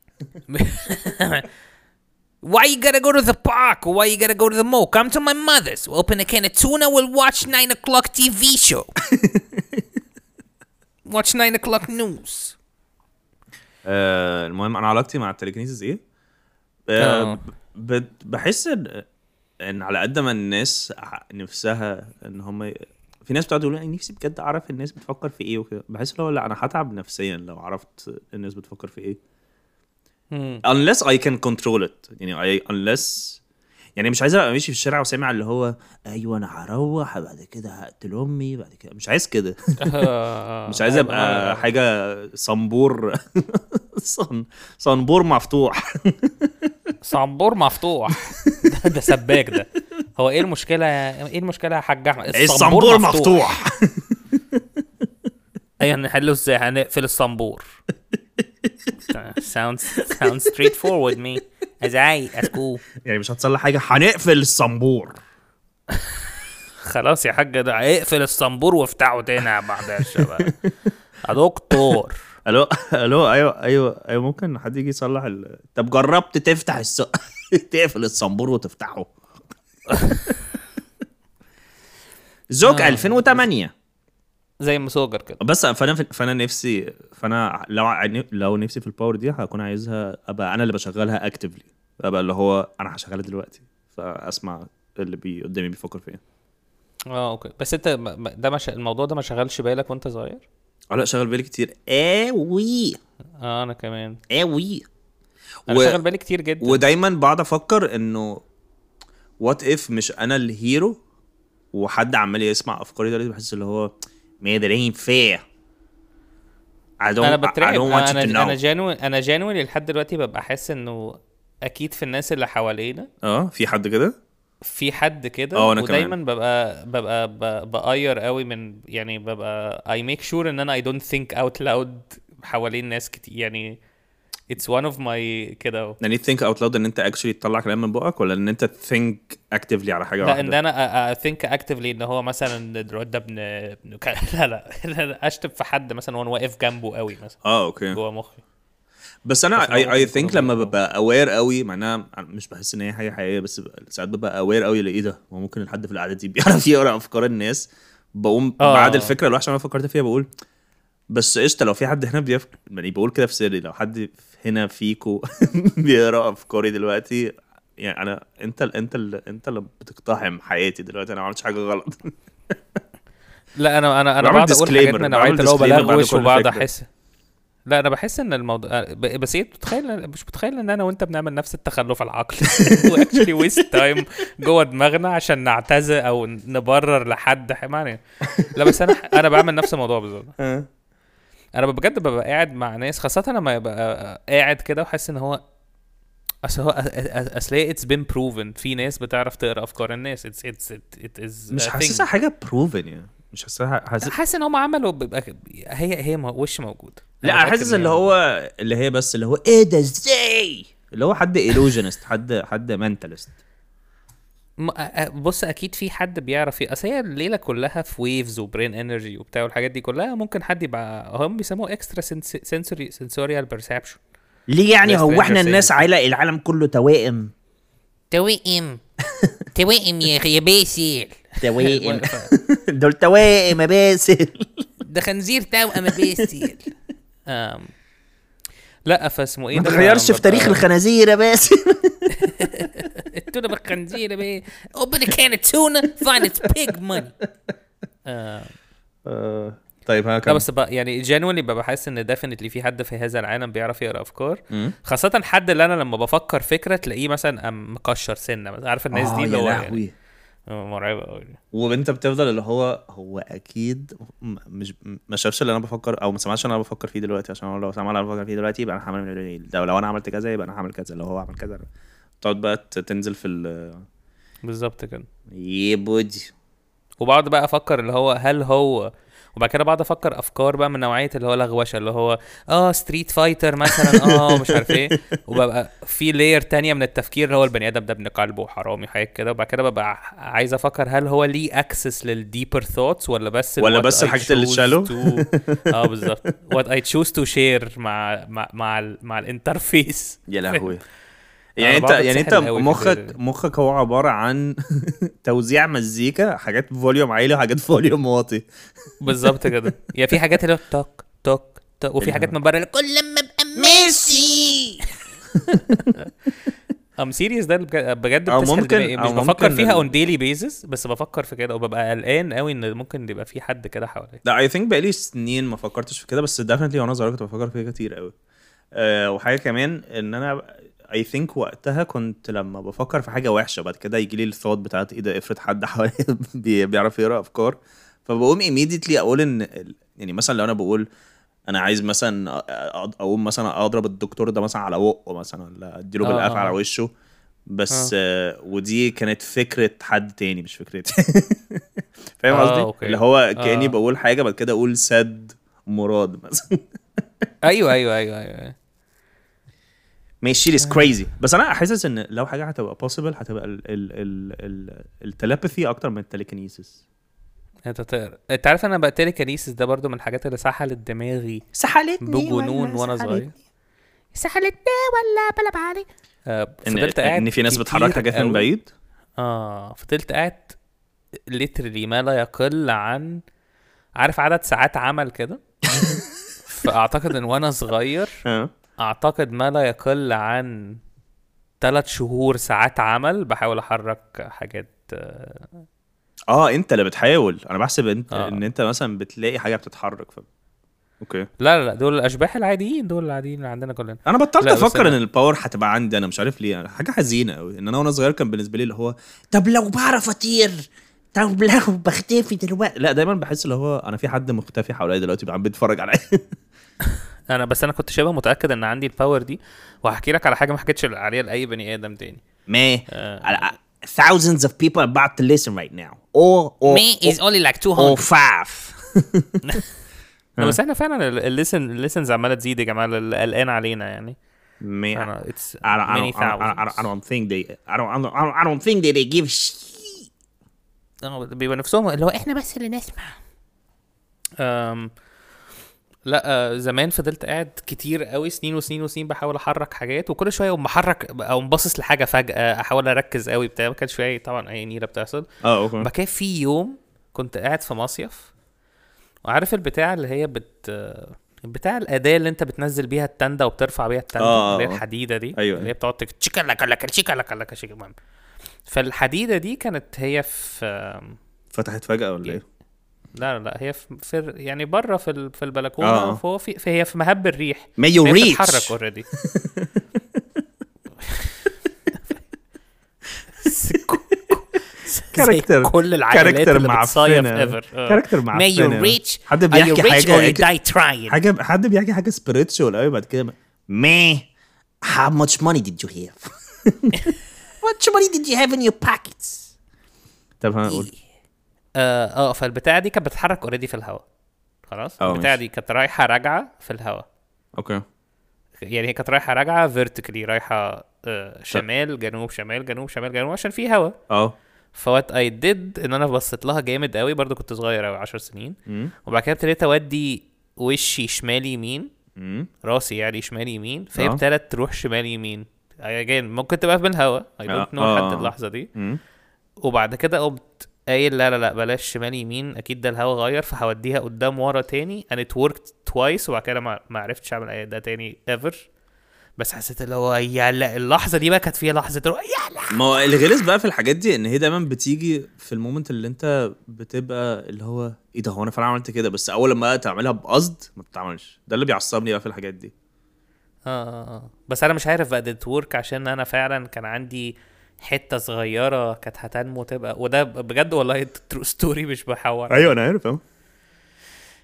Speaker 4: Why you gotta go to the park? Why you gotta go to the mall? Come to my mother's. We'll open a can of tuna. We'll watch nine o'clock TV show. watch nine o'clock news.
Speaker 2: آه المهم انا علاقتي مع التليكنيسيس ايه؟ آه
Speaker 1: آه.
Speaker 2: ب- بت- بحس ان ان على قد ما الناس ع- نفسها ان هم ي- في ناس بتقعد يقول انا نفسي بجد اعرف الناس بتفكر في ايه وكده بحس اللي هو لا انا هتعب نفسيا لو عرفت الناس بتفكر في ايه unless I can control it يعني I unless يعني مش عايز ابقى ماشي في الشارع وسامع اللي هو ايوه انا هروح بعد كده هقتل امي بعد كده مش عايز كده مش عايز ابقى حاجه صنبور صن صنبور مفتوح
Speaker 1: صنبور مفتوح ده- ده سباك ده هو ايه المشكله ايه المشكله يا حاج احمد
Speaker 2: إيه الصنبور مفتوح
Speaker 1: ايوه هنحله ازاي هنقفل الصنبور
Speaker 4: Sounds sounds straightforward, me. As I as cool.
Speaker 2: يعني مش هتصلح حاجه هنقفل الصنبور
Speaker 1: خلاص يا حاج ده اقفل الصنبور وافتحه تاني يا بعد يا شباب يا دكتور
Speaker 2: الو الو ايوه ايوه ايوه ممكن حد يجي يصلح ال... طب جربت تفتح الس... تقفل الصنبور وتفتحه زوج 2008
Speaker 1: زي مسوجر كده
Speaker 2: بس فانا في... فانا نفسي فانا لو ع- لو نفسي في الباور دي هكون عايزها ابقى انا اللي بشغلها اكتفلي ابقى اللي هو انا هشغلها دلوقتي فاسمع اللي بي... قدامي بيفكر إيه. فيا
Speaker 1: اه اوكي بس انت ما- ما- ده مش الموضوع ده ما شغلش بالك وانت صغير
Speaker 2: اه لا شغل بالي كتير اوي
Speaker 1: اه انا كمان
Speaker 2: اوي
Speaker 1: انا
Speaker 2: و-
Speaker 1: شغل بالي كتير جدا
Speaker 2: ودايما بقعد افكر انه وات اف مش انا الهيرو وحد عمال يسمع افكاري دلوقتي بحس اللي هو ما ده ain't fair I don't,
Speaker 1: انا
Speaker 2: I
Speaker 1: بترعب
Speaker 2: don't want you to
Speaker 1: انا انا
Speaker 2: know
Speaker 1: جانوي انا جانوي لحد دلوقتي ببقى حاسس انه اكيد في الناس اللي حوالينا
Speaker 2: اه في حد كده
Speaker 1: في حد كده
Speaker 2: اه، أنا
Speaker 1: ودايما
Speaker 2: كمان.
Speaker 1: ببقى ببقى ب- بقير قوي من يعني ببقى I make sure ان انا I don't think out loud حوالين ناس كتير يعني it's one of my كده
Speaker 2: يعني think out loud ان انت actually تطلع كلام من بقك ولا ان انت think actively على حاجه
Speaker 1: لا
Speaker 2: واحده
Speaker 1: ان انا I- I think actively ان هو مثلا دلوقتي ده ابن ابن ك- لا لا لا لا، اشتم في حد مثلا وانا واقف جنبه قوي مثلا
Speaker 2: اه اوكي
Speaker 1: جوه مخي
Speaker 2: بس انا
Speaker 1: أنا
Speaker 2: اي اي
Speaker 1: ممكن
Speaker 2: ثينك
Speaker 1: يكون
Speaker 2: لما
Speaker 1: الموضوع-
Speaker 2: ببقى اوير قوي معناها مش بحس ان هي حاجه حقيقيه بس ب- ساعات ببقى اوير قوي لايه ده هو ممكن الحد في القعده دي بيعرف يقرا افكار الناس بقوم
Speaker 1: آه.
Speaker 2: بعد الفكره الوحشه اللي انا فكرت فيها بقول بس قشطه لو في حد هنا بيفكر يعني بقول كده في سري لو حد هنا فيكو بيقرا افكاري دلوقتي يعني انا انت ال انت ال انت اللي بتقتحم حياتي دلوقتي انا ما عملتش حاجه غلط
Speaker 1: لا انا انا انا
Speaker 2: بعمل
Speaker 1: بقعد اقول حاجات
Speaker 2: disclaimer،
Speaker 1: من نوعيه اللي
Speaker 2: بعمل
Speaker 1: هو
Speaker 2: disclaimer بعد
Speaker 1: بلغوش
Speaker 2: كل
Speaker 1: وبقعد
Speaker 2: فكرة.
Speaker 1: احس لا انا بحس ان الموضوع ب- بس هي بتتخيل مش بتخيل ان انا وانت بنعمل نفس التخلف العقلي واكشلي ويست تايم جوه دماغنا عشان نعتذر او نبرر لحد ح- معنى لا بس انا انا بعمل نفس الموضوع بالظبط
Speaker 2: آه.
Speaker 1: انا بجد ببقى قاعد مع ناس خاصه لما يبقى آه، قاعد كده وحاسس ان هو اصل هو أ- أ- اصل هي اتس بين بروفن في ناس بتعرف تقرا افكار الناس اتس اتس ات از
Speaker 2: مش حاسسها حاجه بروفن يعني مش حاسسها حاسس
Speaker 1: حاسس ان هم عملوا بيبقى هي هي مو- وش موجود
Speaker 2: لا
Speaker 1: أنا
Speaker 2: انا
Speaker 1: متأكد
Speaker 2: حاسس
Speaker 1: إن
Speaker 2: اللي
Speaker 1: هي-
Speaker 2: هو اللي هي بس اللي هو ايه ده ازاي اللي هو حد ايلوجينست حد حد منتالست
Speaker 1: م- أ- أ- بص اكيد في حد بيعرف ي- اصل هي الليله كلها في ويفز وبرين انرجي وبتاع والحاجات دي كلها ممكن حد يبقى هم بيسموه اكسترا سنسوري سنسوريال بيرسبشن
Speaker 2: ليه يعني
Speaker 1: Best
Speaker 2: هو احنا
Speaker 1: Stranger
Speaker 2: الناس عيلة العالم كله توائم
Speaker 5: توائم توائم يا يا باسل
Speaker 2: توائم دول توائم يا باسل
Speaker 1: ده خنزير توأم بيستيل لا فاسمه ايه
Speaker 2: ما
Speaker 1: ده؟
Speaker 2: تغيرش في
Speaker 1: ببقى-
Speaker 2: تاريخ الخنازير يا باسل
Speaker 5: التونه بالخنزير بيه اوبن كان تونه فاين اتس بيج ماني
Speaker 1: آم،
Speaker 2: طيب ها
Speaker 1: لا بس بقى يعني جنولي ببقى حاسس ان ديفنتلي في حد في هذا العالم بيعرف يقرا افكار خاصة حد اللي انا لما بفكر فكرة تلاقيه مثلا قام مكشر سنة مثلاً. عارف
Speaker 2: آه،
Speaker 1: الناس دي اللي هو يعني مرعبة قوي
Speaker 2: وانت بتفضل اللي هو هو اكيد م- مش ما شافش اللي انا بفكر او ما سمعش اللي انا بفكر فيه دلوقتي عشان هو لو سمع اللي انا بفكر فيه دلوقتي يبقى انا هعمل ده لو انا عملت كذا يبقى انا هعمل كذا لو هو عمل كذا أنا- تقعد بقى ت- تنزل في ال
Speaker 1: بالظبط كده
Speaker 2: يبودي
Speaker 1: وبقعد بقى افكر اللي هو هل هو وبعد كده بقعد افكر افكار بقى من نوعيه اللي هو لغوشه اللي هو اه ستريت فايتر مثلا اه مش عارف ايه وببقى في لير تانية من التفكير اللي هو البني ادم ده ابن قلبه وحرامي حاجات كده وبعد كده ببقى ع- عايز افكر هل هو ليه اكسس للديبر ثوتس ولا بس ال
Speaker 2: ولا
Speaker 1: what
Speaker 2: بس
Speaker 1: I
Speaker 2: الحاجات اللي
Speaker 1: choose
Speaker 2: اتشالوا؟
Speaker 1: to- اه بالظبط وات اي تشوز تو شير مع مع مع, ال- مع الانترفيس
Speaker 2: يا لهوي يعني انت
Speaker 1: بقعد
Speaker 2: يعني انت
Speaker 1: اتسحل قوي في
Speaker 2: مخك
Speaker 1: ال-
Speaker 2: مخك هو عباره عن توزيع مزيكا حاجات فوليوم عالي وحاجات فوليوم واطي
Speaker 1: بالظبط كده يعني في حاجات اللي هو توك توك توك وفي حاجات من بره اللي
Speaker 5: كل لما ابقى ميسي
Speaker 1: ام سيريس ده اللي بجد بجد
Speaker 2: أو
Speaker 1: بتسحل
Speaker 2: ممكن-
Speaker 1: دماغي. مش
Speaker 2: أو
Speaker 1: بفكر
Speaker 2: ممكن
Speaker 1: فيها
Speaker 2: ال-
Speaker 1: اون ديلي بيزس بس بفكر في كده وببقى قلقان قوي ان ممكن يبقى في حد كده حواليا
Speaker 2: لا اي ثينك بقالي سنين ما فكرتش في كده بس ديفنتلي وانا صغير كنت بفكر فيها كتير قوي أه وحاجه كمان ان انا اي ثينك وقتها كنت لما بفكر في حاجه وحشه بعد كده يجي لي الثوت بتاعت ايه ده افرض حد حواليا بي- بيعرف يقرا افكار فبقوم ايميديتلي اقول ان ال- يعني مثلا لو انا بقول انا عايز مثلا أ- أ- اقوم مثلا اضرب الدكتور ده مثلا على بقه مثلا ولا اديله
Speaker 1: آه،
Speaker 2: بالقفا
Speaker 1: آه.
Speaker 2: على وشه بس آه، ودي كانت فكره حد تاني مش فكرتي فاهم
Speaker 1: آه،
Speaker 2: قصدي؟
Speaker 1: أوكي.
Speaker 2: اللي هو كاني
Speaker 1: آه.
Speaker 2: بقول حاجه بعد كده اقول سد مراد مثلا
Speaker 1: ايوه ايوه ايوه ايوه
Speaker 2: ماشي
Speaker 1: آه.
Speaker 2: از كريزي بس انا حاسس ان لو حاجه هتبقى possible هتبقى ال ال ال ال التلابثي اكتر من التليكنيسيس
Speaker 1: انت تقرا انت عارف انا بقى تيليكانيسيس ده برضو من الحاجات اللي سحلت دماغي
Speaker 3: سحلتني
Speaker 1: بجنون
Speaker 3: ولا
Speaker 1: وانا صغير
Speaker 3: سحلتني؟
Speaker 5: سحلتني ولا بلا بالي
Speaker 1: آه،
Speaker 2: ان
Speaker 1: فضلت قاعد
Speaker 2: ان في ناس
Speaker 1: كتير
Speaker 2: بتحرك حاجات من
Speaker 1: قوي.
Speaker 2: بعيد
Speaker 1: اه فضلت قاعد ليترلي ما لا يقل عن عارف عدد ساعات عمل كده فاعتقد ان وانا صغير
Speaker 2: اه
Speaker 1: اعتقد ما لا يقل عن ثلاث شهور ساعات عمل بحاول احرك حاجات آه،
Speaker 2: اه انت اللي بتحاول انا بحسب انت
Speaker 1: آه.
Speaker 2: ان انت مثلا بتلاقي حاجه بتتحرك ف... اوكي
Speaker 1: لا لا- لا دول الاشباح العاديين دول العاديين اللي عندنا كلنا
Speaker 2: انا بطلت
Speaker 1: لا، بس
Speaker 2: افكر
Speaker 1: أنا-
Speaker 2: ان الباور هتبقى عندي انا مش عارف ليه حاجه حزينه قوي ان انا وانا صغير كان بالنسبه لي اللي هو
Speaker 3: طب لو بعرف اطير طب لو بختفي دلوقتي
Speaker 2: لا دايما بحس اللي هو انا في حد مختفي حواليا دلوقتي عم بيتفرج عليا
Speaker 1: انا بس انا كنت شبه متاكد ان عندي الباور دي وهحكي لك على حاجه ما حكيتش عليها لاي بني ادم تاني
Speaker 2: ما
Speaker 1: آه.
Speaker 2: thousands of people are about to listen right now or or,
Speaker 5: مي از اونلي لايك
Speaker 2: or
Speaker 5: 200
Speaker 2: five
Speaker 1: لا، بس احنا فعلا الليسن الليسنز عماله تزيد يا جماعه اللي قلقان علينا يعني
Speaker 2: ما I
Speaker 1: انا اتس
Speaker 2: don't, I don't,
Speaker 1: ماني
Speaker 2: I
Speaker 1: ثاوزندز
Speaker 2: don't, I don't, I don't think they I don't, I don't, I don't, I don't think that they give sh-
Speaker 1: آه، بيبقى نفسهم اللي هو
Speaker 5: احنا بس اللي نسمع
Speaker 1: أم، لا آه، زمان فضلت قاعد كتير قوي سنين وسنين وسنين بحاول احرك حاجات وكل شويه اقوم محرك او باصص لحاجه فجاه احاول اركز قوي بتاع ما كانش في أي- طبعا اي نيله بتحصل
Speaker 2: اه
Speaker 4: Oh,
Speaker 2: اوكي
Speaker 1: بعد كده في يوم كنت قاعد في مصيف وعارف البتاع اللي هي بت بتاع الاداه اللي انت بتنزل بيها التنده وبترفع بيها التنده
Speaker 2: آه،
Speaker 1: اللي هي
Speaker 2: آه.
Speaker 1: الحديده دي
Speaker 2: أيوة.
Speaker 1: اللي هي بتقعد تك- تشيكا لك لك تشيكا لك لك تشيكا المهم فالحديده دي كانت هي في
Speaker 2: فتحت فجأة ولا ايه؟
Speaker 1: لا لا لا هي في, في يعني بره في ال- في البلكونه
Speaker 2: آه.
Speaker 1: فهو في فهي في مهب الريح
Speaker 2: May you
Speaker 1: هي
Speaker 2: reach.
Speaker 1: بتتحرك اوريدي
Speaker 2: Character-
Speaker 1: كل العائلات
Speaker 2: character
Speaker 1: اللي بتصيف
Speaker 2: معفنة.
Speaker 1: ever آه.
Speaker 2: كاركتر مع
Speaker 4: Uh, May you reach,
Speaker 2: حد
Speaker 4: are you
Speaker 2: بيحكي
Speaker 4: rich or you
Speaker 2: حاجة
Speaker 4: die trying
Speaker 2: حاجة حد بيحكي حاجة سبيريتشوال قوي بعد كده
Speaker 3: Man, how much money did you have? What much money did you have in your pockets?
Speaker 2: طب
Speaker 4: إيه.
Speaker 2: هنقول
Speaker 1: اه آه، فالبتاعه دي كانت بتتحرك اوريدي في الهواء خلاص
Speaker 2: آه،
Speaker 1: البتاعه دي
Speaker 2: ماشي.
Speaker 1: كانت رايحه راجعه في الهواء
Speaker 2: اوكي
Speaker 1: يعني هي كانت رايحه راجعه فيرتيكلي رايحه آه، شمال جنوب شمال جنوب شمال جنوب عشان في هواء
Speaker 2: اه
Speaker 1: فوات اي ديد ان انا بصيت لها جامد قوي برضو كنت صغير قوي 10 سنين
Speaker 2: مم.
Speaker 1: وبعد كده ابتديت اودي وشي شمال يمين
Speaker 2: مم.
Speaker 1: راسي يعني شمال يمين فهي
Speaker 2: آه.
Speaker 1: ابتدت تروح شمال يمين اجين ممكن تبقى في بالهوا اي دونت
Speaker 2: آه،
Speaker 1: نو لحد
Speaker 2: آه.
Speaker 1: اللحظه دي
Speaker 2: مم.
Speaker 1: وبعد كده قمت قايل لا لا لا بلاش شمال يمين اكيد ده الهوا غير فهوديها قدام ورا تاني and it worked twice وبعد كده ما ما عرفتش اعمل اي ده تاني ever بس حسيت اللي هو يلا اللحظه دي بقى كانت فيها لحظه اللي هو يلا
Speaker 2: ما هو الغلس بقى في الحاجات دي ان هي دايما بتيجي في المومنت اللي انت بتبقى اللي هو ايه ده هو انا فعلا عملت كده بس اول لما تعملها بقصد ما بتتعملش ده اللي بيعصبني بقى في الحاجات دي
Speaker 1: آه، آه آه. بس انا مش عارف بقى ديت ورك عشان انا فعلا كان عندي حته صغيره كانت هتنمو تبقى وده بجد والله ترو ستوري مش بحور
Speaker 2: ايوه انا عارف اهو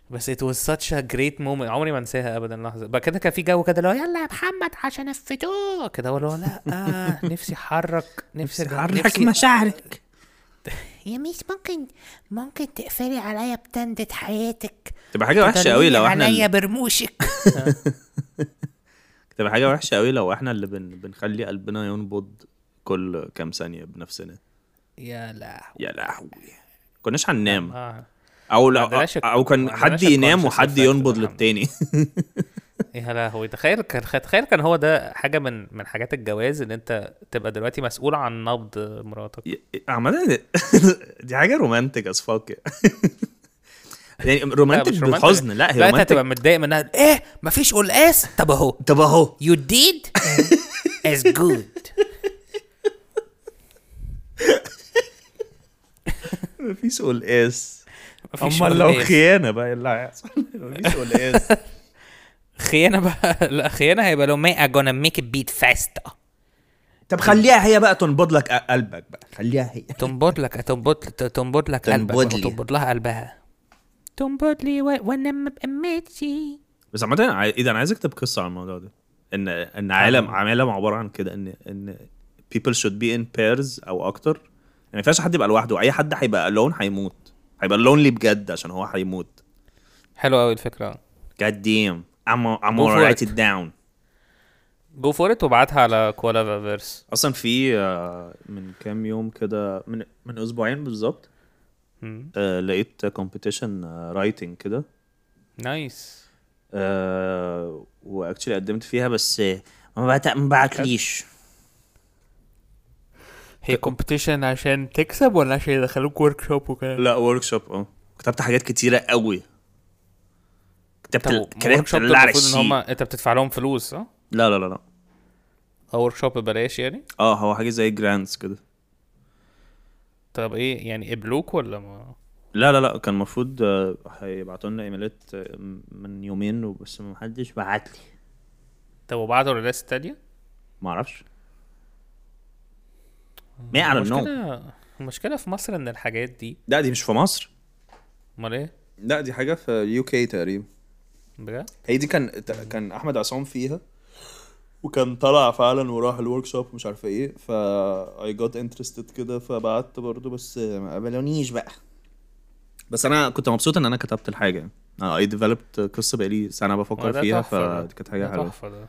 Speaker 1: بس it was such a great moment عمري ما انساها ابدا اللحظه بعد كده كان في جو كده اللي هو يلا يا محمد عشان الفتوه كده هو اللي هو لا آه نفسي احرك نفسي
Speaker 2: حرك
Speaker 1: نفسي
Speaker 2: مشاعرك
Speaker 5: يا ميس ممكن ممكن تقفلي عليا بتندة حياتك
Speaker 2: تبقى حاجه وحشه قوي لو احنا
Speaker 5: عليا برموشك
Speaker 2: تبقى حاجه وحشه قوي لو احنا اللي بن... بنخلي قلبنا ينبض كل كام ثانيه بنفسنا
Speaker 1: يا لا
Speaker 2: يا لهوي كناش هننام
Speaker 1: آه.
Speaker 2: او لو
Speaker 1: عندناش
Speaker 2: او كان
Speaker 1: ما عندناش
Speaker 2: حد ينام
Speaker 1: الconscious
Speaker 2: وحد
Speaker 1: effect
Speaker 2: ينبض
Speaker 1: ده يا عم.
Speaker 2: للتاني
Speaker 1: يا لهوي تخيل كان تخيل كان هو ده حاجه من من حاجات الجواز ان انت تبقى دلوقتي مسؤول عن نبض مراتك
Speaker 2: عامة دي حاجة رومانتك از فاك يعني رومانتك
Speaker 1: رومانتك.
Speaker 2: بالحزن لا هي
Speaker 1: لا انت هتبقى
Speaker 2: رومانتك
Speaker 1: متضايق منها ايه مفيش قلقاس طب اهو
Speaker 2: طب اهو
Speaker 5: You did as good
Speaker 2: مفيش قلقاس
Speaker 1: مفيش
Speaker 2: امال لو
Speaker 1: قلقاس.
Speaker 2: خيانة بقى إيه اللي هيحصل مفيش قلقاس
Speaker 1: خيانه بقى لا خيانه هيبقى لو ما gonna make it beat faster
Speaker 2: طب خليها هي بقى تنبض لك قلبك بقى خليها هي
Speaker 1: تنبض لك تنبض تنبض لك قلبك
Speaker 3: تنبض لي.
Speaker 1: تنبض لها قلبها
Speaker 5: تنبض لي و- وانا ببقى ماشي
Speaker 2: بس عامة أنا عاي- ايه ده انا عايز اكتب قصة عن الموضوع ده ان ان عالم عالم عبارة عن كده ان ان people should be in pairs او اكتر يعني ما ينفعش حد يبقى لوحده اي حد هيبقى alone هيموت هيبقى lonely بجد عشان هو هيموت
Speaker 1: حلو قوي الفكره
Speaker 2: God damn. I'm I'm
Speaker 1: Go
Speaker 2: gonna
Speaker 1: for
Speaker 2: write
Speaker 1: it.
Speaker 2: it down.
Speaker 1: جو فور ات وابعتها على كوالا فيرس
Speaker 2: اصلا في آه، من كام يوم كده من من اسبوعين بالظبط آه، لقيت كومبيتيشن رايتنج كده
Speaker 1: نايس
Speaker 2: واكشلي آه، قدمت فيها بس
Speaker 3: ما بت- ما بعتليش
Speaker 1: هي كومبيتيشن عشان تكسب ولا عشان يدخلوك ورك شوب وكده
Speaker 2: لا ورك شوب اه كتبت حاجات كتيره قوي كتبت ال-
Speaker 1: ورك
Speaker 2: كتبت
Speaker 1: شوب
Speaker 2: ال-
Speaker 1: المفروض ان هم
Speaker 2: shit.
Speaker 1: انت بتدفع لهم فلوس صح؟
Speaker 2: لا لا لا لا
Speaker 1: او ورك شوب ببلاش يعني
Speaker 2: اه هو حاجه زي جرانتس كده
Speaker 1: طب ايه يعني قبلوك ولا ما
Speaker 2: لا لا لا كان المفروض آه، هيبعتوا لنا ايميلات آه، من يومين بس ما حدش بعت لي
Speaker 1: طب وبعتوا للناس التانية؟
Speaker 2: ما اعرفش
Speaker 1: آه،
Speaker 2: ما اعلم نو
Speaker 1: المشكلة المشكلة في مصر ان الحاجات دي
Speaker 2: لا دي مش في مصر
Speaker 1: امال ايه؟
Speaker 2: لا دي حاجه في يو كي تقريبا
Speaker 1: بجد؟
Speaker 2: هي دي كان كان احمد عصام فيها وكان طلع فعلا وراح الورك شوب ومش عارف ايه فا اي جوت انترستد كده فبعت برضه بس ما قبلونيش بقى بس انا كنت مبسوط ان انا كتبت الحاجه اي ديفلوبت قصه بقالي سنه
Speaker 1: ما ده
Speaker 2: بفكر فيها
Speaker 1: تحفة ده.
Speaker 2: فدي كانت حاجه
Speaker 1: ده
Speaker 2: حلوه
Speaker 1: تحفة ده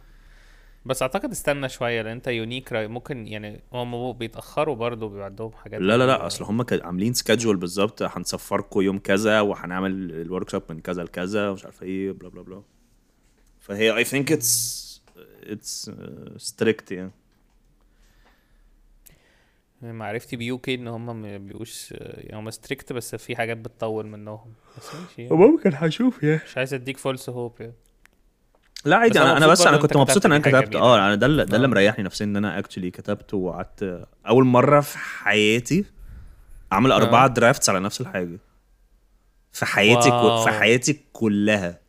Speaker 1: بس اعتقد استنى شوية لان انت يونيك راي- ممكن يعني هم بيتأخروا برضه بيبقى عندهم حاجات
Speaker 2: لا لا لا
Speaker 1: كتير.
Speaker 2: اصل هم كانوا عاملين سكادجول بالظبط هنسفركم يوم كذا وهنعمل الورك شوب من كذا لكذا ومش عارف ايه بلا بلا بلا فهي اي ثينك اتس اتس ستريكت يعني
Speaker 1: يعني معرفتي بيو كي ان هم ما بيبقوش يعني هم ستريكت بس في حاجات بتطول منهم بس ماشي يعني.
Speaker 2: ممكن هشوف يعني
Speaker 1: مش عايز اديك فولس هوب يعني
Speaker 2: لا
Speaker 1: بس
Speaker 2: عادي
Speaker 1: أنا
Speaker 2: انا انا
Speaker 1: مبسوط
Speaker 2: بس انا
Speaker 1: برضه إنت
Speaker 2: كنت مبسوط
Speaker 1: كتبت
Speaker 2: ان انا
Speaker 1: دي حاجة
Speaker 2: كتبت
Speaker 1: جميلة. آه.
Speaker 2: اه انا ده اللي ده اللي مريحني نفسيا ان انا اكشلي كتبت وقعدت اول مره في حياتي اعمل
Speaker 1: آه.
Speaker 2: اربعه درافتس على نفس الحاجه في حياتي كو...
Speaker 1: واو.
Speaker 2: في حياتي كلها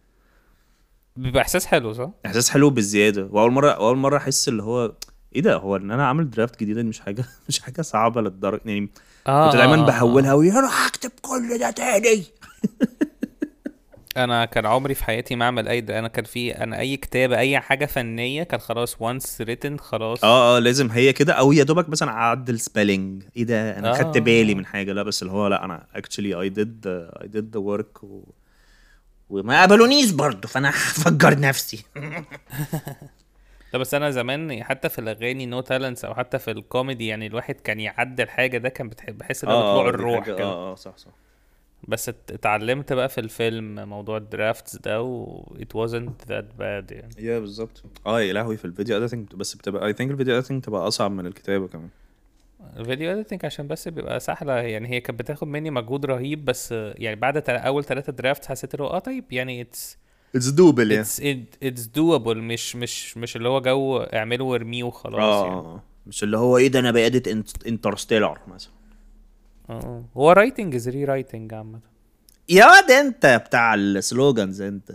Speaker 1: بيبقى احساس حلو صح؟
Speaker 2: احساس حلو بالزياده واول مره اول مره احس اللي هو ايه ده هو ان انا اعمل درافت جديده دي مش حاجه مش حاجه صعبه للدرجه يعني
Speaker 1: آه،
Speaker 2: كنت
Speaker 1: آه،
Speaker 2: دايما
Speaker 1: آه،
Speaker 2: بهولها ويا انا هكتب كل ده تاني
Speaker 1: انا كان عمري في حياتي ما اعمل اي ده انا كان في انا اي كتابه اي حاجه فنيه كان خلاص وانس ريتن خلاص
Speaker 2: اه اه لازم هي كده او يا دوبك مثلا اعدل سبيلنج ايه ده انا
Speaker 1: آه.
Speaker 2: خدت بالي من حاجه لا بس اللي هو لا انا اكشلي اي ديد اي ديد ذا ورك
Speaker 3: وما قبلونيش برضه فانا هفجر نفسي
Speaker 1: لا بس انا زمان حتى في الاغاني نو تالنتس او حتى في الكوميدي يعني الواحد كان يعدل حاجه ده كان بتحب بحس ان
Speaker 2: آه،
Speaker 1: هو بيطلع الروح كده
Speaker 2: اه اه صح صح
Speaker 1: بس ات- اتعلمت بقى في الفيلم موضوع الدرافتس ده و it wasn't that bad يعني
Speaker 2: يا بالظبط اه يا لهوي في الفيديو اديتنج بس بتبقى اي ثينك الفيديو اديتنج بتبقى اصعب من الكتابه كمان
Speaker 1: الفيديو اديتنج عشان بس بيبقى سهله يعني هي كانت بتاخد مني مجهود رهيب بس يعني بعد تل... اول ثلاثه درافت حسيت اللي هو اه طيب يعني اتس
Speaker 2: اتس دوبل يعني
Speaker 1: اتس اتس دوبل مش مش مش اللي هو جو اعمله وارميه وخلاص
Speaker 2: اه
Speaker 1: يعني
Speaker 2: آه. مش اللي هو ايه ده انا بقيت انترستيلر مثلا
Speaker 1: اه هو رايتنج از ري رايتنج عامه
Speaker 2: يا ده انت بتاع السلوجانز انت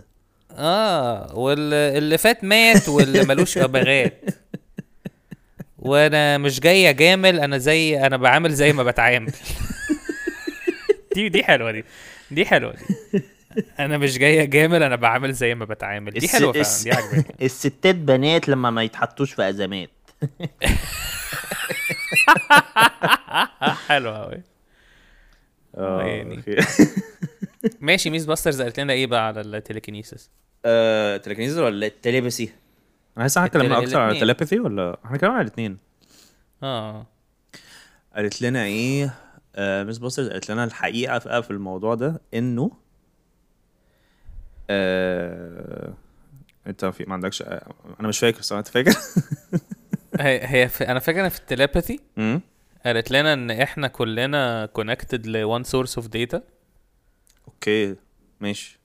Speaker 1: اه واللي فات مات واللي ملوش ابغات وانا مش جاي اجامل انا زي انا بعامل زي ما بتعامل دي دي حلوه دي دي حلوه دي انا مش جاي اجامل انا بعامل زي ما بتعامل دي حلوه فعلا دي عجباني
Speaker 3: الستات بنات لما ما يتحطوش في ازمات
Speaker 1: حلوه قوي
Speaker 2: اه
Speaker 1: يعني.
Speaker 2: أوكي.
Speaker 1: ماشي ميس باسترز قالت لنا ايه بقى على التليكينيسيس
Speaker 2: آه، تليكنيز ولا التليبسي؟ انا حاسس احنا اتكلمنا
Speaker 1: التل-
Speaker 2: اكتر على
Speaker 1: الاتنين.
Speaker 2: التليباثي ولا احنا اتكلمنا على الاثنين
Speaker 1: اه
Speaker 2: قالت لنا ايه آه ميس باسترز قالت لنا الحقيقه بقى في الموضوع ده انه آه انت في ما عندكش آه انا مش فاكر صح انت فاكر؟
Speaker 1: هي هي في انا فاكر إن في التليباثي
Speaker 2: مم.
Speaker 1: قالت لنا ان احنا كلنا كونكتد لوان سورس اوف داتا
Speaker 2: اوكي ماشي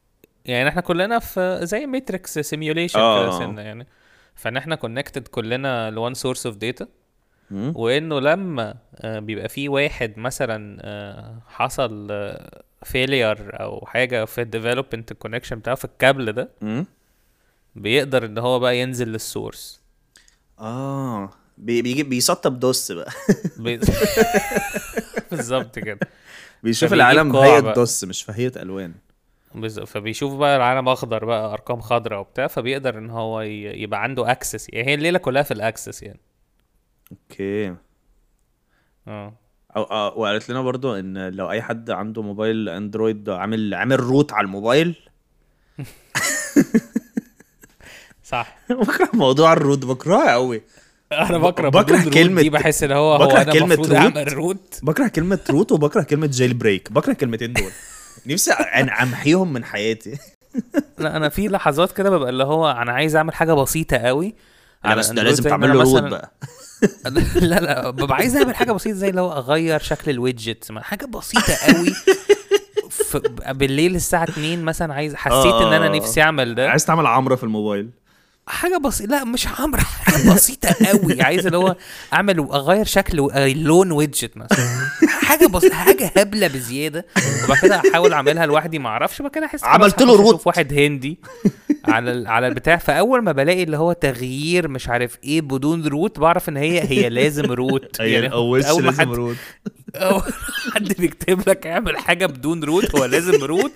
Speaker 1: يعني احنا كلنا في زي ماتريكس سيميوليشن
Speaker 2: آه.
Speaker 1: كده سنه يعني فان احنا كونكتد كلنا لوان سورس اوف داتا
Speaker 2: مم.
Speaker 1: وانه لما آه، بيبقى في واحد مثلا آه، حصل آه، فيلير او حاجه في الديفلوبمنت الكونكشن بتاعه في الكابل ده
Speaker 2: مم.
Speaker 1: بيقدر ان هو بقى ينزل للسورس
Speaker 3: آه.
Speaker 2: اه بي- بيجي بيسطب دوس بقى
Speaker 1: بي... بالظبط كده
Speaker 2: بيشوف
Speaker 1: فبيجيب
Speaker 2: العالم
Speaker 1: قاع
Speaker 2: هيئه
Speaker 1: بقى.
Speaker 2: دوس مش في هيئه الوان
Speaker 1: بز- فبيشوف بقى العالم اخضر بقى ارقام خضراء وبتاع فبيقدر ان هو ي- يبقى عنده اكسس يعني هي الليله كلها في الاكسس يعني
Speaker 2: اوكي
Speaker 1: اه
Speaker 2: أو آه وقالت لنا برضو ان لو اي حد عنده موبايل اندرويد عامل عامل روت على الموبايل
Speaker 1: صح
Speaker 2: بكره موضوع الروت بكرهه قوي
Speaker 1: انا بكره
Speaker 2: بكره
Speaker 1: بكره
Speaker 2: كلمة-
Speaker 1: كلمه دي بحس ان هو هو
Speaker 2: بكره
Speaker 1: انا
Speaker 2: كلمة
Speaker 1: المفروض
Speaker 2: root.
Speaker 1: اعمل روت
Speaker 2: بكره كلمه روت وبكره كلمه جيل بريك بكره الكلمتين دول نفسي أن- امحيهم من حياتي
Speaker 1: لا انا في لحظات كده ببقى اللي هو انا عايز اعمل حاجه بسيطه قوي
Speaker 2: لا
Speaker 1: على
Speaker 2: بس ده
Speaker 1: Android
Speaker 2: لازم
Speaker 1: زي ما
Speaker 2: تعمل
Speaker 1: أنا
Speaker 2: له روت
Speaker 1: مثلاً-
Speaker 2: بقى
Speaker 1: لا لا ببقى عايز اعمل حاجه بسيطه زي اللي هو اغير شكل الويدجت ما حاجه بسيطه قوي ف... بالليل الساعه 2 مثلا عايز حسيت ان انا
Speaker 2: آه.
Speaker 1: نفسي اعمل ده
Speaker 2: عايز تعمل عمره في الموبايل
Speaker 1: حاجه بسيطه لا مش عمرو حاجه بسيطه قوي عايز اللي هو اعمل اغير شكل و- لون ويدجت مثلا حاجه بس حاجه هبله بزياده وبعد كده احاول اعملها لوحدي ما اعرفش بعد كده احس خلاص
Speaker 2: عملت له
Speaker 1: هخش
Speaker 2: روت.
Speaker 1: اشوف واحد هندي على ال- على البتاع فاول ما بلاقي اللي هو تغيير مش عارف ايه بدون روت بعرف ان هي هي لازم روت يعني اول ما حد
Speaker 2: روت
Speaker 1: أول ما حد بيكتب لك اعمل حاجه بدون روت هو لازم روت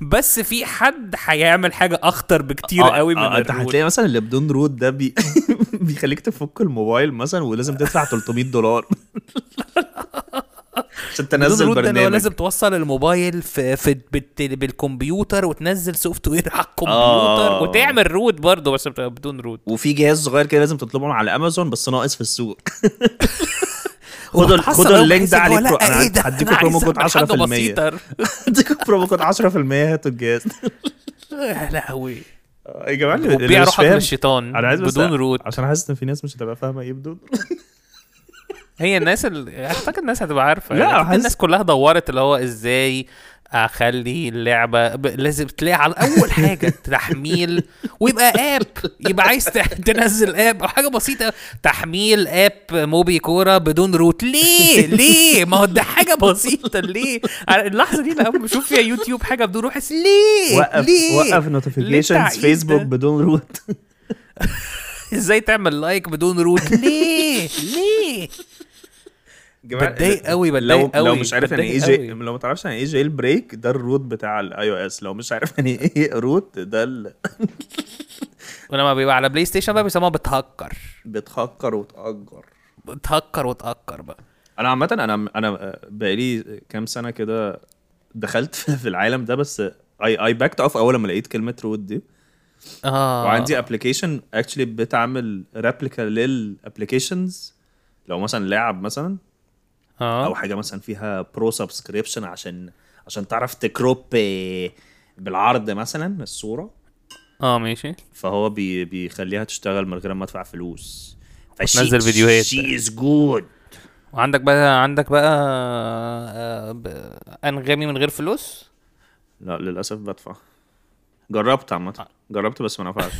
Speaker 1: بس في حد هيعمل حاجه اخطر بكتير
Speaker 2: آه،
Speaker 1: قوي من
Speaker 2: انت
Speaker 1: الروت.
Speaker 2: هتلاقي مثلا اللي بدون روت ده بي... بيخليك تفك الموبايل مثلا ولازم تدفع 300 دولار عشان تنزل
Speaker 1: بدون رد انا
Speaker 2: برنامج
Speaker 1: لازم توصل الموبايل في, في بالت- بالكمبيوتر وتنزل سوفت وير على
Speaker 2: آه.
Speaker 1: الكمبيوتر وتعمل روت برضه بس بتبقى بدون روت
Speaker 2: وفي جهاز صغير كده لازم تطلبه من على امازون بس ناقص في السوق خدوا
Speaker 1: وهتحصل
Speaker 2: خدوا
Speaker 1: أوي
Speaker 2: اللينك
Speaker 1: بحس
Speaker 2: ده
Speaker 1: إن هو
Speaker 2: عليه برو...
Speaker 1: لأ،
Speaker 2: انا
Speaker 1: إيه ده؟
Speaker 2: هديكم
Speaker 1: أنا
Speaker 2: برومو
Speaker 1: عايز
Speaker 2: كود
Speaker 1: أعمل حاجة
Speaker 2: 10%
Speaker 1: بسيطة.
Speaker 2: هديكم برومو كود 10% هاتوا الجهاز
Speaker 1: يا لهوي
Speaker 2: يا جماعه اللي- اللي
Speaker 1: وبيع
Speaker 2: مش
Speaker 1: روحك
Speaker 2: فاهم-
Speaker 1: للشيطان
Speaker 2: انا عايز بس
Speaker 1: بدون روت
Speaker 2: عشان حاسس ان في ناس مش هتبقى فاهمه ايه بدون
Speaker 1: هي الناس اللي اعتقد الناس هتبقى عارفه
Speaker 2: لا،
Speaker 1: يعني أكيد
Speaker 2: حاسس-
Speaker 1: الناس كلها دورت اللي هو ازاي اخلي اللعبه ب... لازم تلاقي على اول حاجه تحميل ويبقى اب يبقى عايز ت- تنزل اب او حاجه بسيطه تحميل اب موبي كوره بدون روت ليه ليه ما هو ده حاجه بسيطه ليه أنا اللحظه دي لما بشوف فيها يوتيوب حاجه بدون روح أحس ليه
Speaker 2: وقف
Speaker 1: ليه ليه
Speaker 2: وقف
Speaker 1: التعقيد
Speaker 2: نوتيفيكيشنز
Speaker 1: ده؟
Speaker 2: فيسبوك بدون روت
Speaker 1: ازاي تعمل لايك بدون روت ليه ليه بتضايق قوي
Speaker 2: لو
Speaker 1: بتضايق قوي
Speaker 2: لو مش عارف يعني ايه
Speaker 1: بتضايق
Speaker 2: جي...
Speaker 1: قوي.
Speaker 2: لو ما تعرفش يعني ايه جيل بريك ده الروت بتاع الاي او اس لو مش عارف يعني ايه روت ده ال-
Speaker 1: ولما بيبقى على بلاي ستيشن بقى بيسموها بتهكر
Speaker 2: بتهكر وتأجر
Speaker 1: بتهكر وتهكر بقى
Speaker 2: انا عامه انا انا بقالي كام سنه كده دخلت في في العالم ده بس اي اي باكت اوف اول ما لقيت كلمه روت دي
Speaker 1: اه
Speaker 2: وعندي ابلكيشن اكشلي بتعمل ريبليكا للابلكيشنز لو مثلا لاعب مثلا
Speaker 1: اه
Speaker 2: او حاجه مثلا فيها برو سبسكريبشن عشان عشان تعرف تكروب آه، بالعرض مثلا الصوره
Speaker 1: اه ماشي
Speaker 2: فهو بي بيخليها تشتغل من غير ما ادفع فلوس
Speaker 1: وتنزل فيديوهات.
Speaker 2: شي از جود
Speaker 1: وعندك بقى عندك بقى آه، ب- انغامي من غير فلوس
Speaker 2: لا للاسف بدفع جربت
Speaker 1: آه.
Speaker 2: عامه جربت بس ما نفعش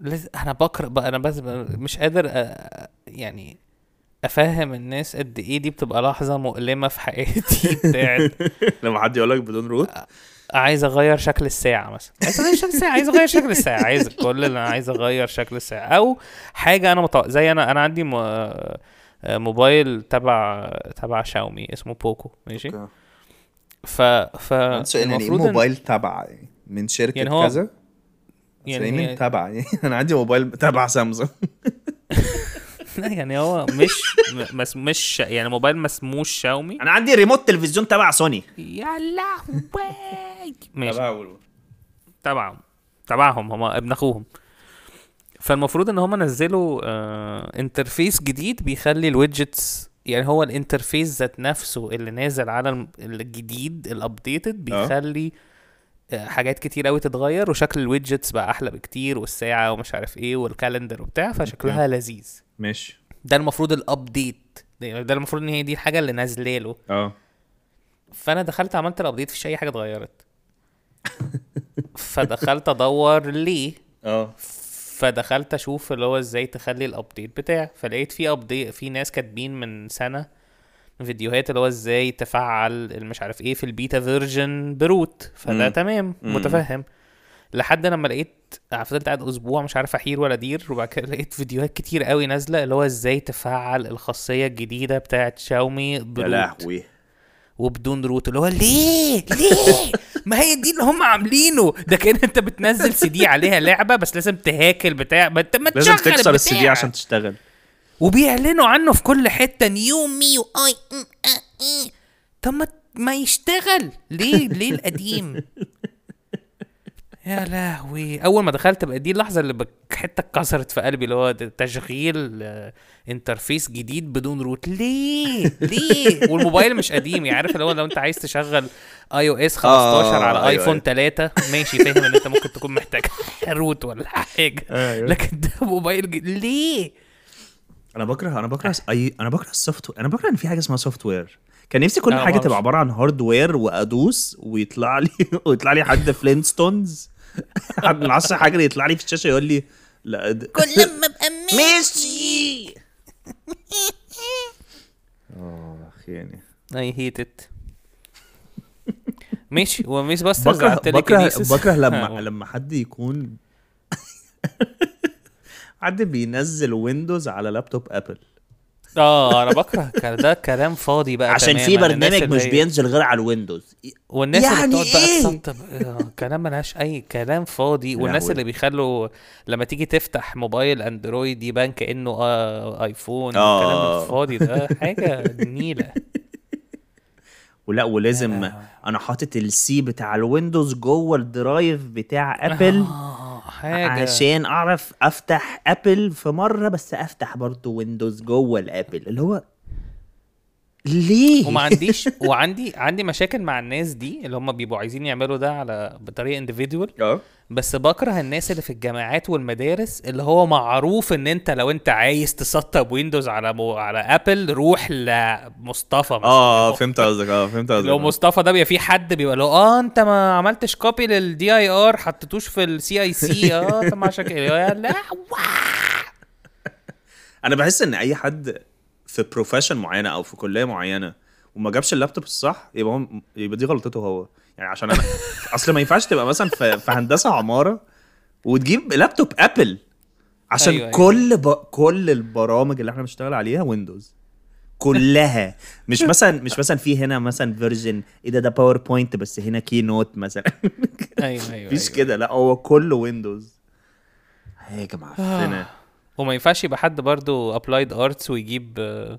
Speaker 1: لازم انا بكره بقى انا بس ب- مش قادر أ- يعني افهم الناس قد ايه دي بتبقى لحظه مؤلمه في حياتي بتاعت
Speaker 2: لما حد يقول لك بدون روت
Speaker 1: عايز اغير شكل الساعه مثلا عايز اغير شكل الساعه عايز اغير شكل الساعه عايز كل اللي انا عايز اغير شكل الساعه او حاجه انا مط... زي انا انا عندي م... آه، موبايل تبع تبع شاومي اسمه بوكو ماشي
Speaker 2: أوكي.
Speaker 1: ف ف
Speaker 2: سؤال يعني ايه
Speaker 1: المفروض إن-
Speaker 2: موبايل تبع يعني من شركه
Speaker 1: يعني هو-
Speaker 2: كذا يعني
Speaker 1: يعني
Speaker 2: من
Speaker 1: هي-
Speaker 2: تبع يعني انا عندي موبايل تبع سامسونج
Speaker 1: لا يعني هو مش م- مس مش يعني موبايل ما اسموش شاومي
Speaker 2: انا عندي ريموت تلفزيون تبع سوني
Speaker 1: يا لهوي ماشي
Speaker 2: تبع
Speaker 1: تبعهم تبعهم هم ابن اخوهم فالمفروض ان هم نزلوا آه انترفيس جديد بيخلي الويدجتس يعني هو الانترفيس ذات نفسه اللي نازل على الم- الجديد الابديتد
Speaker 2: آه.
Speaker 1: بيخلي آه، حاجات كتير قوي تتغير وشكل الويدجتس بقى احلى بكتير والساعه ومش عارف ايه والكالندر وبتاع فشكلها لذيذ
Speaker 2: ماشي
Speaker 1: ده المفروض الابديت ده ده المفروض ان هي دي الحاجه اللي نازله له
Speaker 2: اه
Speaker 1: فانا دخلت عملت الابديت مفيش اي حاجه اتغيرت فدخلت ادور ليه
Speaker 2: اه
Speaker 1: فدخلت اشوف اللي هو ازاي تخلي الابديت بتاعك فلقيت في ابديت في ناس كاتبين من سنه فيديوهات اللي هو ازاي تفعل المش عارف ايه في البيتا فيرجن بروت فده
Speaker 2: مم.
Speaker 1: تمام متفهم لحد لما لقيت فضلت قاعد اسبوع مش عارف احير ولا ادير وبعد كده لقيت فيديوهات كتير قوي نازله اللي هو ازاي تفعل الخاصيه الجديده بتاعت شاومي
Speaker 2: يا
Speaker 1: بروت
Speaker 2: لهوي
Speaker 1: وبدون روت اللي هو ليه ليه ما هي دي اللي هم عاملينه ده كان انت بتنزل سي دي عليها لعبه بس لازم تهاكل بتاع ما انت ما
Speaker 2: لازم
Speaker 1: تشغل
Speaker 2: تكسر السي
Speaker 1: البتاع.
Speaker 2: دي عشان تشتغل
Speaker 1: وبيعلنوا عنه في كل حته نيو مي اي طب ما ما يشتغل ليه ليه القديم يا لهوي اول ما دخلت بقى دي اللحظه اللي بك- حته اتكسرت في قلبي اللي هو ده تشغيل آه، انترفيس جديد بدون روت ليه ليه والموبايل مش قديم يعني عارف اللي هو لو انت عايز تشغل اي او اس 15
Speaker 2: آه،
Speaker 1: على
Speaker 2: أيوة،
Speaker 1: ايفون
Speaker 2: أيوة.
Speaker 1: 3 ماشي فاهم ان انت ممكن تكون محتاج روت ولا حاجه
Speaker 2: أيوة.
Speaker 1: لكن ده موبايل جديد. ليه
Speaker 2: انا بكره انا بكره اي انا بكره السوفت وير انا بكره ان في حاجه اسمها سوفت وير كان نفسي كل
Speaker 1: آه،
Speaker 2: حاجه
Speaker 1: معرفش.
Speaker 2: تبقى عباره عن هاردوير وادوس ويطلع لي ويطلع لي حد فلينستونز حد من عصر حجر يطلع لي في الشاشه يقول لي لا ده-
Speaker 5: كل ما ابقى
Speaker 1: إيه؟
Speaker 5: ماشي
Speaker 2: اه يعني
Speaker 1: I hate it ماشي وميس باسترز
Speaker 2: بكره
Speaker 1: على
Speaker 2: بكره
Speaker 1: التليكينيسيس.
Speaker 2: بكره
Speaker 1: آه.
Speaker 2: لما لما حد يكون حد بينزل ويندوز على لابتوب ابل
Speaker 1: اه انا بكره ك- ده كلام فاضي بقى
Speaker 3: عشان
Speaker 1: تماماً.
Speaker 3: في
Speaker 1: الناس
Speaker 3: برنامج
Speaker 1: اللي
Speaker 3: مش
Speaker 1: هي-
Speaker 3: بينزل غير على الويندوز
Speaker 1: والناس
Speaker 3: يعني
Speaker 1: اللي بتقعد
Speaker 3: إيه؟
Speaker 1: بقى تسطب آه كلام ملهاش اي كلام فاضي والناس
Speaker 2: لهوي.
Speaker 1: اللي بيخلوا لما تيجي تفتح موبايل اندرويد يبان كانه آه ايفون
Speaker 2: آه.
Speaker 1: الكلام الفاضي ده حاجه نيله
Speaker 2: ولا ولازم انا حاطط السي بتاع الويندوز جوه الدرايف بتاع ابل
Speaker 1: اه حاجه
Speaker 2: عشان اعرف افتح ابل في مره بس افتح برضه ويندوز جوه الابل اللي هو
Speaker 3: ليه؟
Speaker 1: وما عنديش وعندي عندي مشاكل مع الناس دي اللي هم بيبقوا عايزين يعملوا ده على بطريقه انديفيدوال
Speaker 2: اه
Speaker 1: بس بكره الناس اللي في الجامعات والمدارس اللي هو معروف ان انت لو انت عايز تسطب ويندوز على مو على ابل روح لمصطفى مثلا
Speaker 2: اه فهمت قصدك اه فهمت قصدك
Speaker 1: لو مصطفى ده بيبقى في حد بيبقى له اه انت ما عملتش كوبي للدي اي ار حطيتوش في السي اي سي اه طب ما عشان كده يا لا
Speaker 2: انا بحس ان اي حد في بروفيشن معينه او في كليه معينه وما جابش اللابتوب الصح يبقى هو يبقى دي غلطته هو يعني عشان انا اصل ما ينفعش تبقى مثلا في, في هندسه عماره وتجيب لابتوب ابل عشان
Speaker 1: أيوة،
Speaker 2: أيوة
Speaker 1: أيوة.
Speaker 2: كل ب... كل البرامج اللي احنا بنشتغل عليها ويندوز كلها مش مثلا مش مثلا في هنا مثلا فيرجن ايه ده ده باوربوينت بس هنا كي نوت مثلا
Speaker 1: ايوه ايوه
Speaker 2: مفيش
Speaker 1: أيوة.
Speaker 2: كده لا هو كله إيه ويندوز
Speaker 3: يا جماعه
Speaker 1: آه.
Speaker 2: هنا
Speaker 1: وما ينفعش يبقى حد برضه ابلايد ارتس ويجيب آه،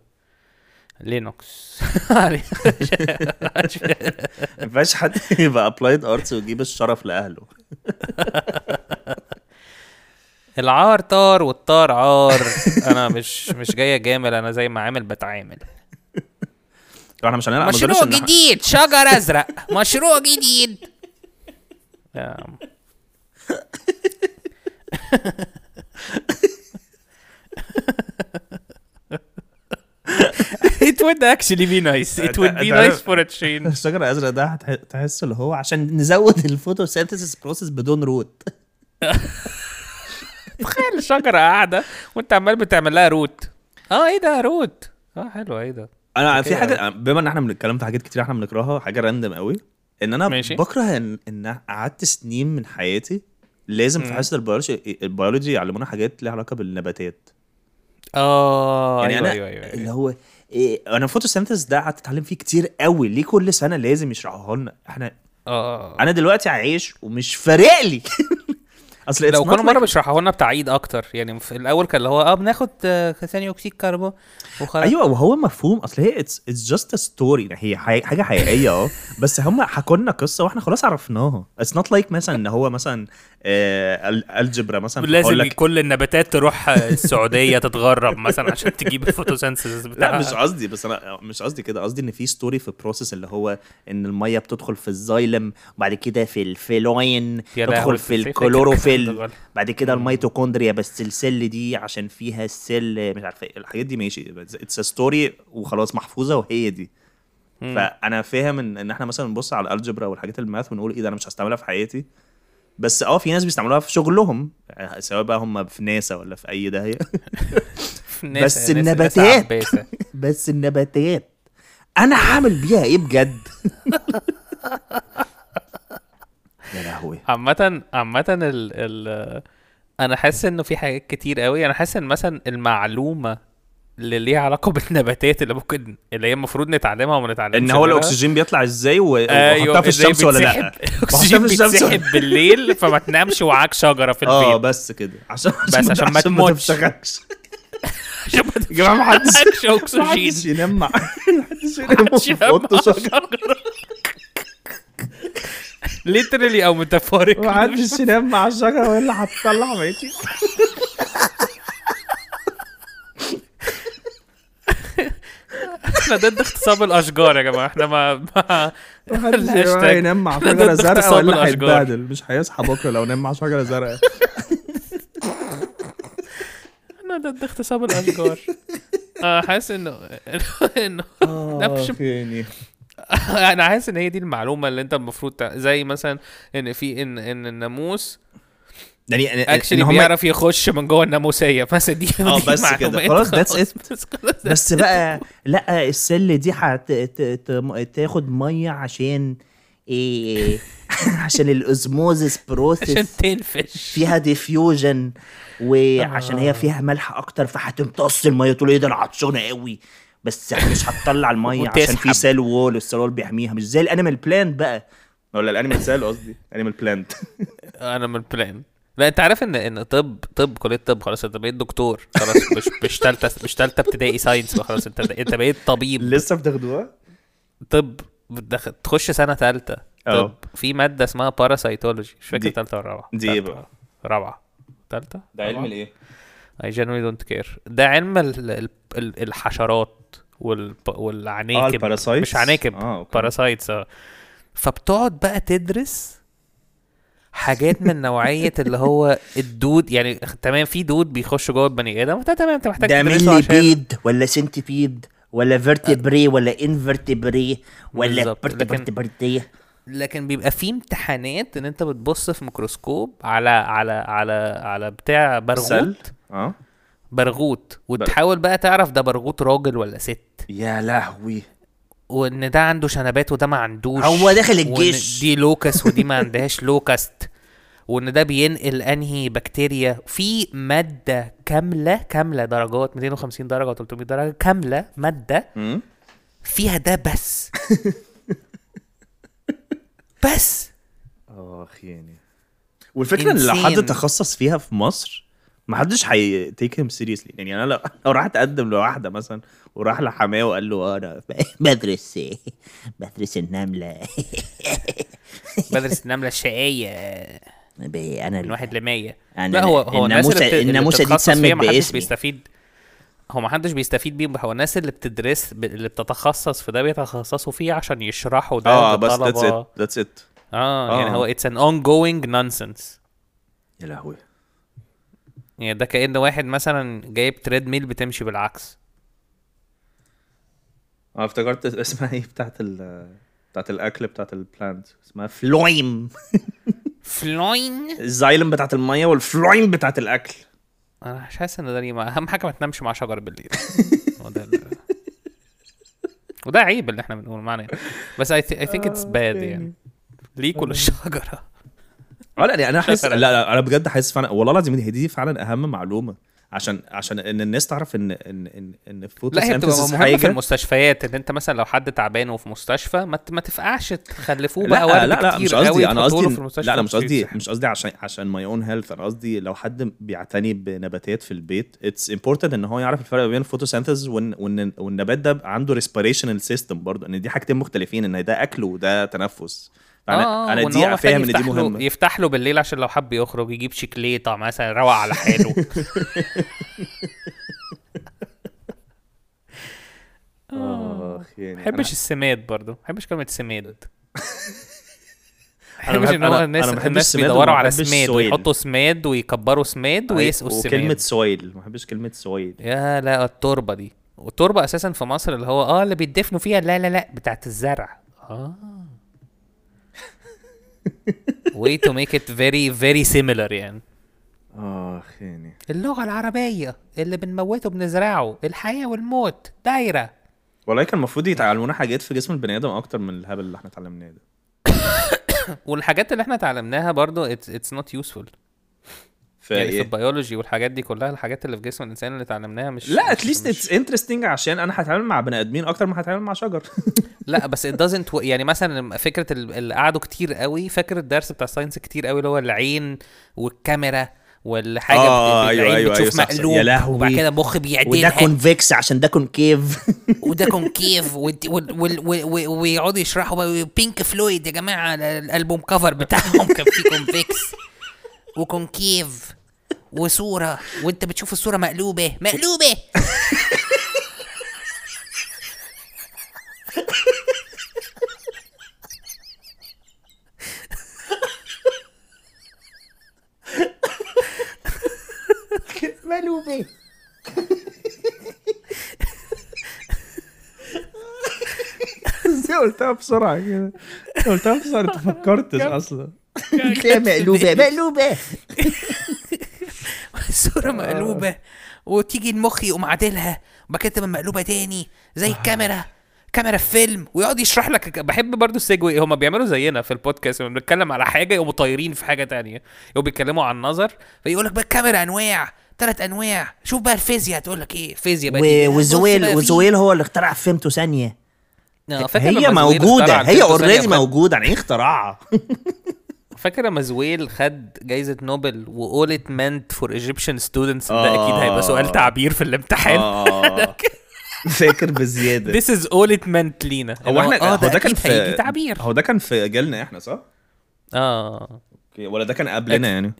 Speaker 1: لينوكس
Speaker 2: ما ينفعش حد يبقى ابلايد ارتس ويجيب الشرف لاهله
Speaker 1: العار طار والطار عار انا مش مش جاي جامل انا زي ما عامل بتعامل
Speaker 2: طب احنا مش هنلعب ما
Speaker 4: مشروع
Speaker 2: أظنش إن إحنا-
Speaker 4: جديد شجر ازرق مشروع جديد
Speaker 1: آم. It would actually be nice. It would be
Speaker 2: أنت عارف-
Speaker 1: nice for a change.
Speaker 2: الشجر الازرق ده هتح- تحس اللي هو عشان نزود الفوتوسينثيسيس بروسيس بدون روت
Speaker 1: تخيل شجرة قاعدة وانت عمال بتعمل لها روت. اه ايه ده روت؟ اه حلو ايه ده؟
Speaker 2: انا في حاجه بما ان احنا بنتكلم في حاجات كتير احنا بنكرهها حاجه راندم قوي ان انا
Speaker 1: ماشي.
Speaker 2: بكره ان ان قعدت سنين من حياتي لازم في حصه البيولوجي البيولوجي يعلمونا حاجات ليها علاقه بالنباتات
Speaker 1: اه
Speaker 2: يعني
Speaker 1: ايوه ايوه
Speaker 2: انا
Speaker 1: ايوه
Speaker 2: اللي هو إيه انا فوتوسينثيسيس ده قعدت اتعلم فيه كتير قوي ليه كل سنه لازم يشرحوها لنا احنا
Speaker 1: اه
Speaker 2: انا طيب. دلوقتي عايش ومش فارق لي اصل it's
Speaker 1: لو
Speaker 2: not
Speaker 1: كل
Speaker 2: like-
Speaker 1: مره بيشرحوا لنا بتعقيد اكتر يعني في الاول كان اللي هو اه بناخد آه، ثاني اكسيد كربون وخلاص
Speaker 2: ايوه وهو مفهوم اصل هي اتس اتس جاست ستوري هي حي- حاجه حقيقيه اه بس هم حكوا لنا قصه واحنا خلاص عرفناها اتس نوت لايك مثلا ان هو مثلا آه، ال- الجبرا مثلا بيقول
Speaker 1: أيوة، لازم
Speaker 2: لك
Speaker 1: كل النباتات تروح السعوديه تتغرب مثلا عشان تجيب الفوتوسينثيسيس
Speaker 2: لا
Speaker 1: بتاعها
Speaker 2: مش قصدي بس انا مش قصدي كده قصدي ان في ستوري في البروسيس اللي هو ان الميه بتدخل في الزايلم وبعد كده في الفيلوين
Speaker 1: يا لهوي،
Speaker 2: تدخل في
Speaker 1: أنت فاكر الكلام ده
Speaker 2: الكلوروفيل
Speaker 1: غلط.
Speaker 2: بعد كده الميتوكوندريا بس السل دي عشان فيها السل مش عارفه إيه، الحاجات دي ماشي اتس ستوري وخلاص محفوظه وهي دي فانا فاهم ان ان احنا مثلا نبص على الالجبرا والحاجات الماث ونقول ايه ده انا مش هستعملها في حياتي بس اه في ناس بيستعملوها في شغلهم آه، سواء بقى هم في ناسا ولا في اي داهيه
Speaker 1: ناس-
Speaker 2: بس
Speaker 1: ناس- ناس
Speaker 2: النباتات.
Speaker 1: عباسة.
Speaker 2: بس النباتات انا عامل بيها ايه بجد يا لهوي
Speaker 1: عامة عامة ال ال أنا حاسس إنه في حاجات كتير قوي أنا حاسس إن مثلا المعلومة اللي ليها علاقة بالنباتات اللي ممكن اللي هي المفروض نتعلمها وما نتعلمش
Speaker 2: ان هو
Speaker 1: منها.
Speaker 2: الاكسجين بيطلع ازاي و-
Speaker 1: أيوه
Speaker 2: واحطها في الشمس ولا لا
Speaker 1: الأكسجين
Speaker 2: في الشمس ولا-
Speaker 1: بيتسحب بالليل فما تنامش وعاك شجرة في
Speaker 2: اه
Speaker 1: البيت
Speaker 2: بس كده عشان
Speaker 1: بس عشان ما تموتش.
Speaker 2: تفشخكش
Speaker 1: عشان ما
Speaker 2: يا جماعه ما حدش
Speaker 1: تنامش
Speaker 2: ما
Speaker 1: أكسجين
Speaker 2: حدش ينام مع ما حدش ينام في أوضة شجر.
Speaker 1: ليترلي او
Speaker 2: ما
Speaker 1: ميتافوريك
Speaker 2: حدش ينام مع الشجره وهي اللي هتطلع ماشي
Speaker 1: احنا ضد اغتصاب الاشجار يا جماعه احنا ما, ما...
Speaker 2: ما حدش
Speaker 1: الهاشتاج.
Speaker 2: ينام مع
Speaker 1: ضد
Speaker 2: شجره زرقاء
Speaker 1: اغتصاب
Speaker 2: ولا
Speaker 1: الأشجار.
Speaker 2: هيتبهدل مش هيصحى بكره لو نام مع شجره زرقاء
Speaker 1: احنا ضد اغتصاب الاشجار انا حاسس انه إنه- انه نبش
Speaker 2: يعني
Speaker 1: انا حاسس ان هي دي المعلومه اللي انت المفروض تع- زي مثلا ان في ان ان الناموس
Speaker 2: يعني
Speaker 1: اكشلي بيعرف يخش من جوه الناموسيه بس دي
Speaker 2: آه،
Speaker 1: دي
Speaker 2: بس كده.
Speaker 1: معلومات.
Speaker 2: خلاص، that's it.
Speaker 1: بس خلاص.
Speaker 2: بس بقى لا السل دي هتاخد ميه عشان ايه عشان الاوزموزيس
Speaker 1: عشان
Speaker 2: بروسيس
Speaker 1: تنفش
Speaker 2: فيها ديفيوجن وعشان
Speaker 1: آه.
Speaker 2: هي فيها ملح اكتر فهتمتص الميه تقول ايه ده انا عطشانه قوي بس مش هتطلع الميه عشان في
Speaker 1: وتسحب.
Speaker 2: سيل وول والسيل وول بيحميها مش زي الانيمال بلانت بقى ولا الانيمال سيل قصدي انيمال بلانت
Speaker 1: انا من البلان لا انت عارف ان ان طب طب كليه طب خلاص انت بقيت دكتور خلاص مش مش ثالثه مش ثالثه ابتدائي ساينس بقى، خلاص انت انت بقيت طبيب
Speaker 2: لسه بتاخدوها؟
Speaker 1: طب بتدخل تخش سنه ثالثه
Speaker 2: أه.
Speaker 1: طب في ماده اسمها باراسايتولوجي مش فاكر
Speaker 2: دي-
Speaker 1: ثالثه ولا رابعه
Speaker 2: دي إيه
Speaker 1: تالتة.
Speaker 2: بقى؟
Speaker 1: رابعه ثالثه
Speaker 2: ده علم الايه؟
Speaker 1: I generally don't care ده علم ال... ال... ال- الحشرات وال... والعناكب
Speaker 2: اه الباراسايتس
Speaker 1: مش عناكب
Speaker 2: اه اوكي
Speaker 1: باراسايتس اه فبتقعد بقى تدرس حاجات من نوعيه اللي هو الدود يعني تمام في دود بيخش جوه البني ادم فده تمام انت محتاج
Speaker 3: ده
Speaker 1: تدرسه عشان
Speaker 3: مليبيد ولا سنتيبيد ولا فيرتبري ولا انفرتبري ولا
Speaker 1: بالظبط، لكن-
Speaker 3: برتبرتبرتيه
Speaker 1: لكن بيبقى في امتحانات ان انت بتبص في ميكروسكوب على على على على بتاع
Speaker 2: سل
Speaker 1: برغوت
Speaker 2: اه
Speaker 1: برغوت وتحاول بقى تعرف ده برغوت راجل ولا ست
Speaker 2: يا لهوي
Speaker 1: وان ده عنده شنبات وده ما عندوش
Speaker 3: هو داخل
Speaker 1: وإن
Speaker 3: الجيش.
Speaker 1: دي لوكس ودي ما عندهاش لوكست وان ده بينقل انهي بكتيريا في ماده كامله كامله درجات 250 درجه و 300 درجه كامله ماده
Speaker 2: مم.
Speaker 1: فيها ده بس بس
Speaker 2: اخ يعني والفكره ان لو حد
Speaker 1: Insane.
Speaker 2: تخصص فيها في مصر ما حدش هيتيكهم سيريسلي يعني انا لو, لو راح اتقدم لواحده مثلا وراح لحماه وقال له آه، انا
Speaker 3: بدرس
Speaker 2: إيه؟
Speaker 3: بدرس النملة
Speaker 1: بدرس النمله الشقيه
Speaker 3: ب- أنا
Speaker 1: من واحد ل 100
Speaker 2: يعني
Speaker 3: أنا-
Speaker 1: لا هو هو الناس اللي
Speaker 3: الناموسة-
Speaker 1: بت- اللي
Speaker 3: الناموسة دي
Speaker 1: بتتخصص فيها
Speaker 3: اتسمت
Speaker 1: ما حدش
Speaker 3: باسمي.
Speaker 1: بيستفيد هو ما حدش بيستفيد بيه هو الناس اللي بتدرس ب- اللي بتتخصص في ده بيتخصصوا فيه عشان يشرحوا ده
Speaker 2: اه بس ذاتس
Speaker 1: للطلبه
Speaker 2: ات ذاتس ات
Speaker 1: اه يعني
Speaker 2: آه.
Speaker 1: هو اتس ان اون جوينج نونسنس
Speaker 2: يا لهوي
Speaker 1: يعني ده كأن واحد مثلا جايب تريد ميل بتمشي بالعكس
Speaker 2: اه افتكرت اسمها ايه بتاعت ال بتاعت الاكل بتاعت البلانت اسمها فلو
Speaker 3: فلويم
Speaker 1: فلوين
Speaker 2: الزايلم بتاعت الميه والفلوين بتاعت الاكل
Speaker 1: انا مش حاسس ان ده ليه ما- اهم حاجه ما تنامش مع شجر بالليل هو ده ال- وده عيب اللي احنا بنقول معنى بس I, th- I think it's bad يعني ليك وللشجره
Speaker 2: اه لا انا حاسس لا, لا انا بجد حاسس فعلا والله العظيم هي دي فعلا اهم معلومه عشان عشان ان الناس تعرف ان ان ان ان
Speaker 1: لا هي بتبقى
Speaker 2: photosynthesis
Speaker 1: مهمة في المستشفيات ان انت مثلا لو حد تعبان وفي مستشفى ما, ت- ما تفقعش تخلفوه بقى
Speaker 2: لا
Speaker 1: ورد
Speaker 2: لا لا
Speaker 1: كتير
Speaker 2: مش
Speaker 1: قوي
Speaker 2: قصدي انا
Speaker 1: تحطوله في
Speaker 2: قصدي
Speaker 1: المستشفى
Speaker 2: لا لا مش قصدي
Speaker 1: وتسيح.
Speaker 2: مش قصدي عشان عشان ماي اون هيلث انا قصدي لو حد بيعتني بنباتات في البيت اتس امبورتنت ان هو يعرف الفرق بين الفوتوسينثيز وان وان والنبات ده بقى عنده ريسبيريشنال سيستم برضه ان دي حاجتين مختلفين ان ده اكل وده تنفس
Speaker 1: آه،
Speaker 2: فانا انا
Speaker 1: وإن
Speaker 2: دي
Speaker 1: هو محتاج
Speaker 2: فاهم ان دي
Speaker 1: يفتح له-
Speaker 2: مهمه
Speaker 1: يفتح له بالليل عشان لو حب يخرج يجيب شيكليطه مثلا روق على حاله
Speaker 2: اخ يعني
Speaker 1: ما
Speaker 2: أنا-
Speaker 1: بحبش السماد برضه ما بحبش كلمه سماد
Speaker 2: أنا
Speaker 1: انا بحبش ان
Speaker 2: بحب-
Speaker 1: هو
Speaker 2: أنا-
Speaker 1: الناس
Speaker 2: أنا بحب
Speaker 1: الناس
Speaker 2: السماد
Speaker 1: بيدوروا
Speaker 2: وما
Speaker 1: على
Speaker 2: بحبش
Speaker 1: سماد
Speaker 2: سويل. أيوة،
Speaker 1: ويحطوا سماد ويكبروا سماد ويسقوا السماد
Speaker 2: وكلمه سويل ما بحبش كلمه سويل
Speaker 1: يا لا التربه دي والتربه اساسا في مصر اللي هو اه اللي بيدفنوا فيها لا لا لا بتاعت الزرع اه way to make it very very similar يعني
Speaker 2: اخ يعني
Speaker 1: اللغه العربيه اللي بنموته بنزرعه الحياه والموت دايره
Speaker 2: والله كان المفروض يتعلمونا حاجات في جسم البني ادم اكتر من الهبل اللي احنا اتعلمناه ده
Speaker 1: والحاجات اللي احنا اتعلمناها برضو it's, it's not useful
Speaker 2: ف إيه.
Speaker 1: يعني في البيولوجي والحاجات دي كلها الحاجات اللي في جسم الانسان اللي اتعلمناها مش
Speaker 2: لا
Speaker 1: مش-
Speaker 2: اتليست
Speaker 1: مش-
Speaker 2: اتس انترستنج عشان انا هتعامل مع بني ادمين اكتر ما هتعامل مع شجر
Speaker 1: لا بس it doesn't work. يعني مثلا فكره ال- اللي قعدوا كتير قوي فاكر الدرس بتاع الساينس كتير قوي اللي هو العين والكاميرا والحاجه
Speaker 2: آه،
Speaker 1: بت-
Speaker 2: أيوة،
Speaker 1: العين
Speaker 2: أيوة،
Speaker 1: بتشوف
Speaker 2: أيوة، صح، صح.
Speaker 1: مقلوب
Speaker 2: يا لهوي.
Speaker 1: وبعد كده مخ بيعدلها
Speaker 3: وده كونفكس عشان ده كونكيف
Speaker 1: وده كونكيف والد- وال- وال- وال- وال- ويقعدوا يشرحوا بقى بينك فلويد يا جماعه ال- الالبوم كفر بتاعهم كان فيه كونفكس وكونكيف وصوره وانت بتشوف الصوره مقلوبه مقلوبه
Speaker 3: مالومة
Speaker 2: ازاي قلتها بسرعه كده قلتها بسرعه انت فكرتش اصلا
Speaker 3: مقلوبة مقلوبة
Speaker 1: الصورة مقلوبة وتيجي المخ يقوم عادلها وبعد كده تبقى مقلوبة تاني
Speaker 3: آه.
Speaker 1: زي الكاميرا كاميرا في فيلم ويقعد يشرح لك بحب برضو السيجوي هما بيعملوا زينا في البودكاست لما بنتكلم على حاجة يقوموا طايرين في حاجة تانية يقوموا بيتكلموا عن النظر فيقول لك بقى الكاميرا أنواع ثلاث أنواع شوف بقى الفيزياء تقول لك إيه فيزياء بقى دي.
Speaker 3: و-
Speaker 1: بص بقى
Speaker 3: وزويل
Speaker 1: في-
Speaker 3: وزويل هو اللي اخترع فيمتو ثانية
Speaker 1: آه، فاكر
Speaker 3: هي
Speaker 1: لما زويل
Speaker 3: موجودة
Speaker 1: اخترع
Speaker 3: هي
Speaker 1: الفيمتو ثانية
Speaker 3: اوريدي
Speaker 1: وخد-
Speaker 3: موجودة يعني ايه اختراعها
Speaker 1: فاكر لما زويل خد جايزة نوبل وقول ات مينت فور ايجيبشن ستودنتس ده أكيد هيبقى
Speaker 2: آه.
Speaker 1: سؤال تعبير في الامتحان
Speaker 2: اه فاكر بزياده
Speaker 1: This is all it meant لينا
Speaker 2: هو احنا
Speaker 1: اه
Speaker 2: هو ده كان
Speaker 1: أكيد هيجي
Speaker 2: في
Speaker 1: تعبير
Speaker 2: هو ده كان في جيلنا احنا صح؟
Speaker 1: اه
Speaker 2: اوكي، ولا ده كان قبلنا يعني؟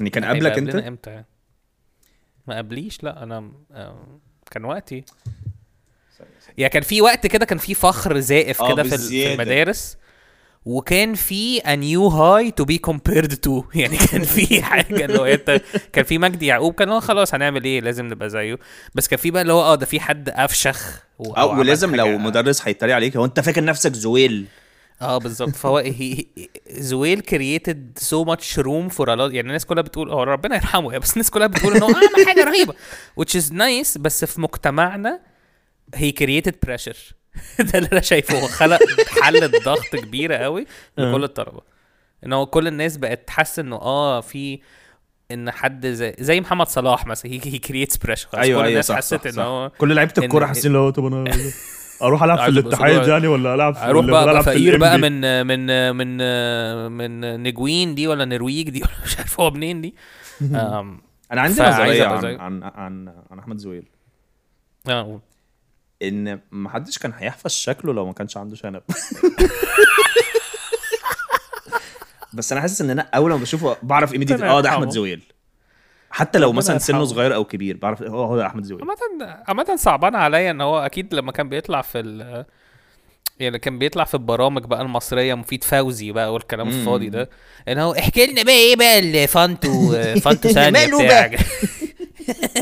Speaker 2: يعني كان قبلك
Speaker 1: هيبقى قبلنا يعني؟
Speaker 2: انت؟
Speaker 1: امتى ما قبليش لا انا آه، كان وقتي يعني كان في وقت كده كان في فخر زائف
Speaker 2: آه،
Speaker 1: كده في ال- في
Speaker 2: بالزيادة.
Speaker 1: المدارس وكان في a new high to be compared to يعني كان في حاجه اللي هو انت كان في مجدي يعقوب كان هو خلاص هنعمل ايه لازم نبقى زيه بس كان في بقى اللي هو اه ده في حد افشخ و- أو
Speaker 2: او
Speaker 1: عمل
Speaker 2: ولازم لو
Speaker 1: حاجة-
Speaker 2: مدرس هيتريق عليك هو انت فاكر نفسك زويل
Speaker 1: اه بالظبط فهو هي زويل كرييتد سو ماتش روم فور يعني الناس كلها بتقول هو ربنا يرحمه يعني بس الناس كلها بتقول ان هو عمل حاجه رهيبه which is nice بس في مجتمعنا هي كرييتد بريشر ده اللي انا شايفه هو خلق حلة ضغط كبيره قوي
Speaker 2: آه.
Speaker 1: لكل الطلبه ان هو كل الناس بقت تحس انه اه في ان حد زي زي محمد صلاح مثلا هي كرييتس بريشر
Speaker 2: ايوه
Speaker 1: كل
Speaker 2: ايوه
Speaker 1: الناس
Speaker 2: صح
Speaker 1: حست
Speaker 2: صح,
Speaker 1: ان هو
Speaker 2: صح.
Speaker 6: كل لعيبه
Speaker 1: إن-
Speaker 6: الكوره حاسين اللي هو طب انا اروح العب في
Speaker 1: عايز أبقى
Speaker 6: الاتحاد
Speaker 1: أسطورة.
Speaker 6: يعني ولا العب في
Speaker 1: اروح بقى
Speaker 6: ولا
Speaker 1: ابقى
Speaker 6: ألعب في
Speaker 1: فقير بقى
Speaker 2: إيه؟
Speaker 6: NBA.
Speaker 1: من من من من نجوين دي ولا نرويج دي ولا مش عارف هو منين دي أم،
Speaker 2: انا عندي
Speaker 1: فعايز
Speaker 2: نظريه
Speaker 1: أبقى
Speaker 2: عن,
Speaker 1: زيه.
Speaker 2: عن عن عن احمد زويل
Speaker 1: آه، قول.
Speaker 2: ان محدش كان هيحفظ شكله لو ما كانش عنده شنب بس انا حاسس ان انا اول ما بشوفه بعرف ايميديت اه ده احمد
Speaker 1: يرحمه.
Speaker 2: زويل حتى لو مثلا سنه
Speaker 1: يرحمه.
Speaker 2: صغير او كبير بعرف هو هو ده احمد زويل
Speaker 1: عامة عامة صعبان عليا ان هو اكيد لما كان بيطلع في ال يعني كان بيطلع في البرامج بقى المصرية مفيد فوزي بقى والكلام الفاضي ده ان هو احكي لنا بقى ايه بقى الفانتو فانتو ثانية
Speaker 3: ماله بقى؟
Speaker 1: بتاعك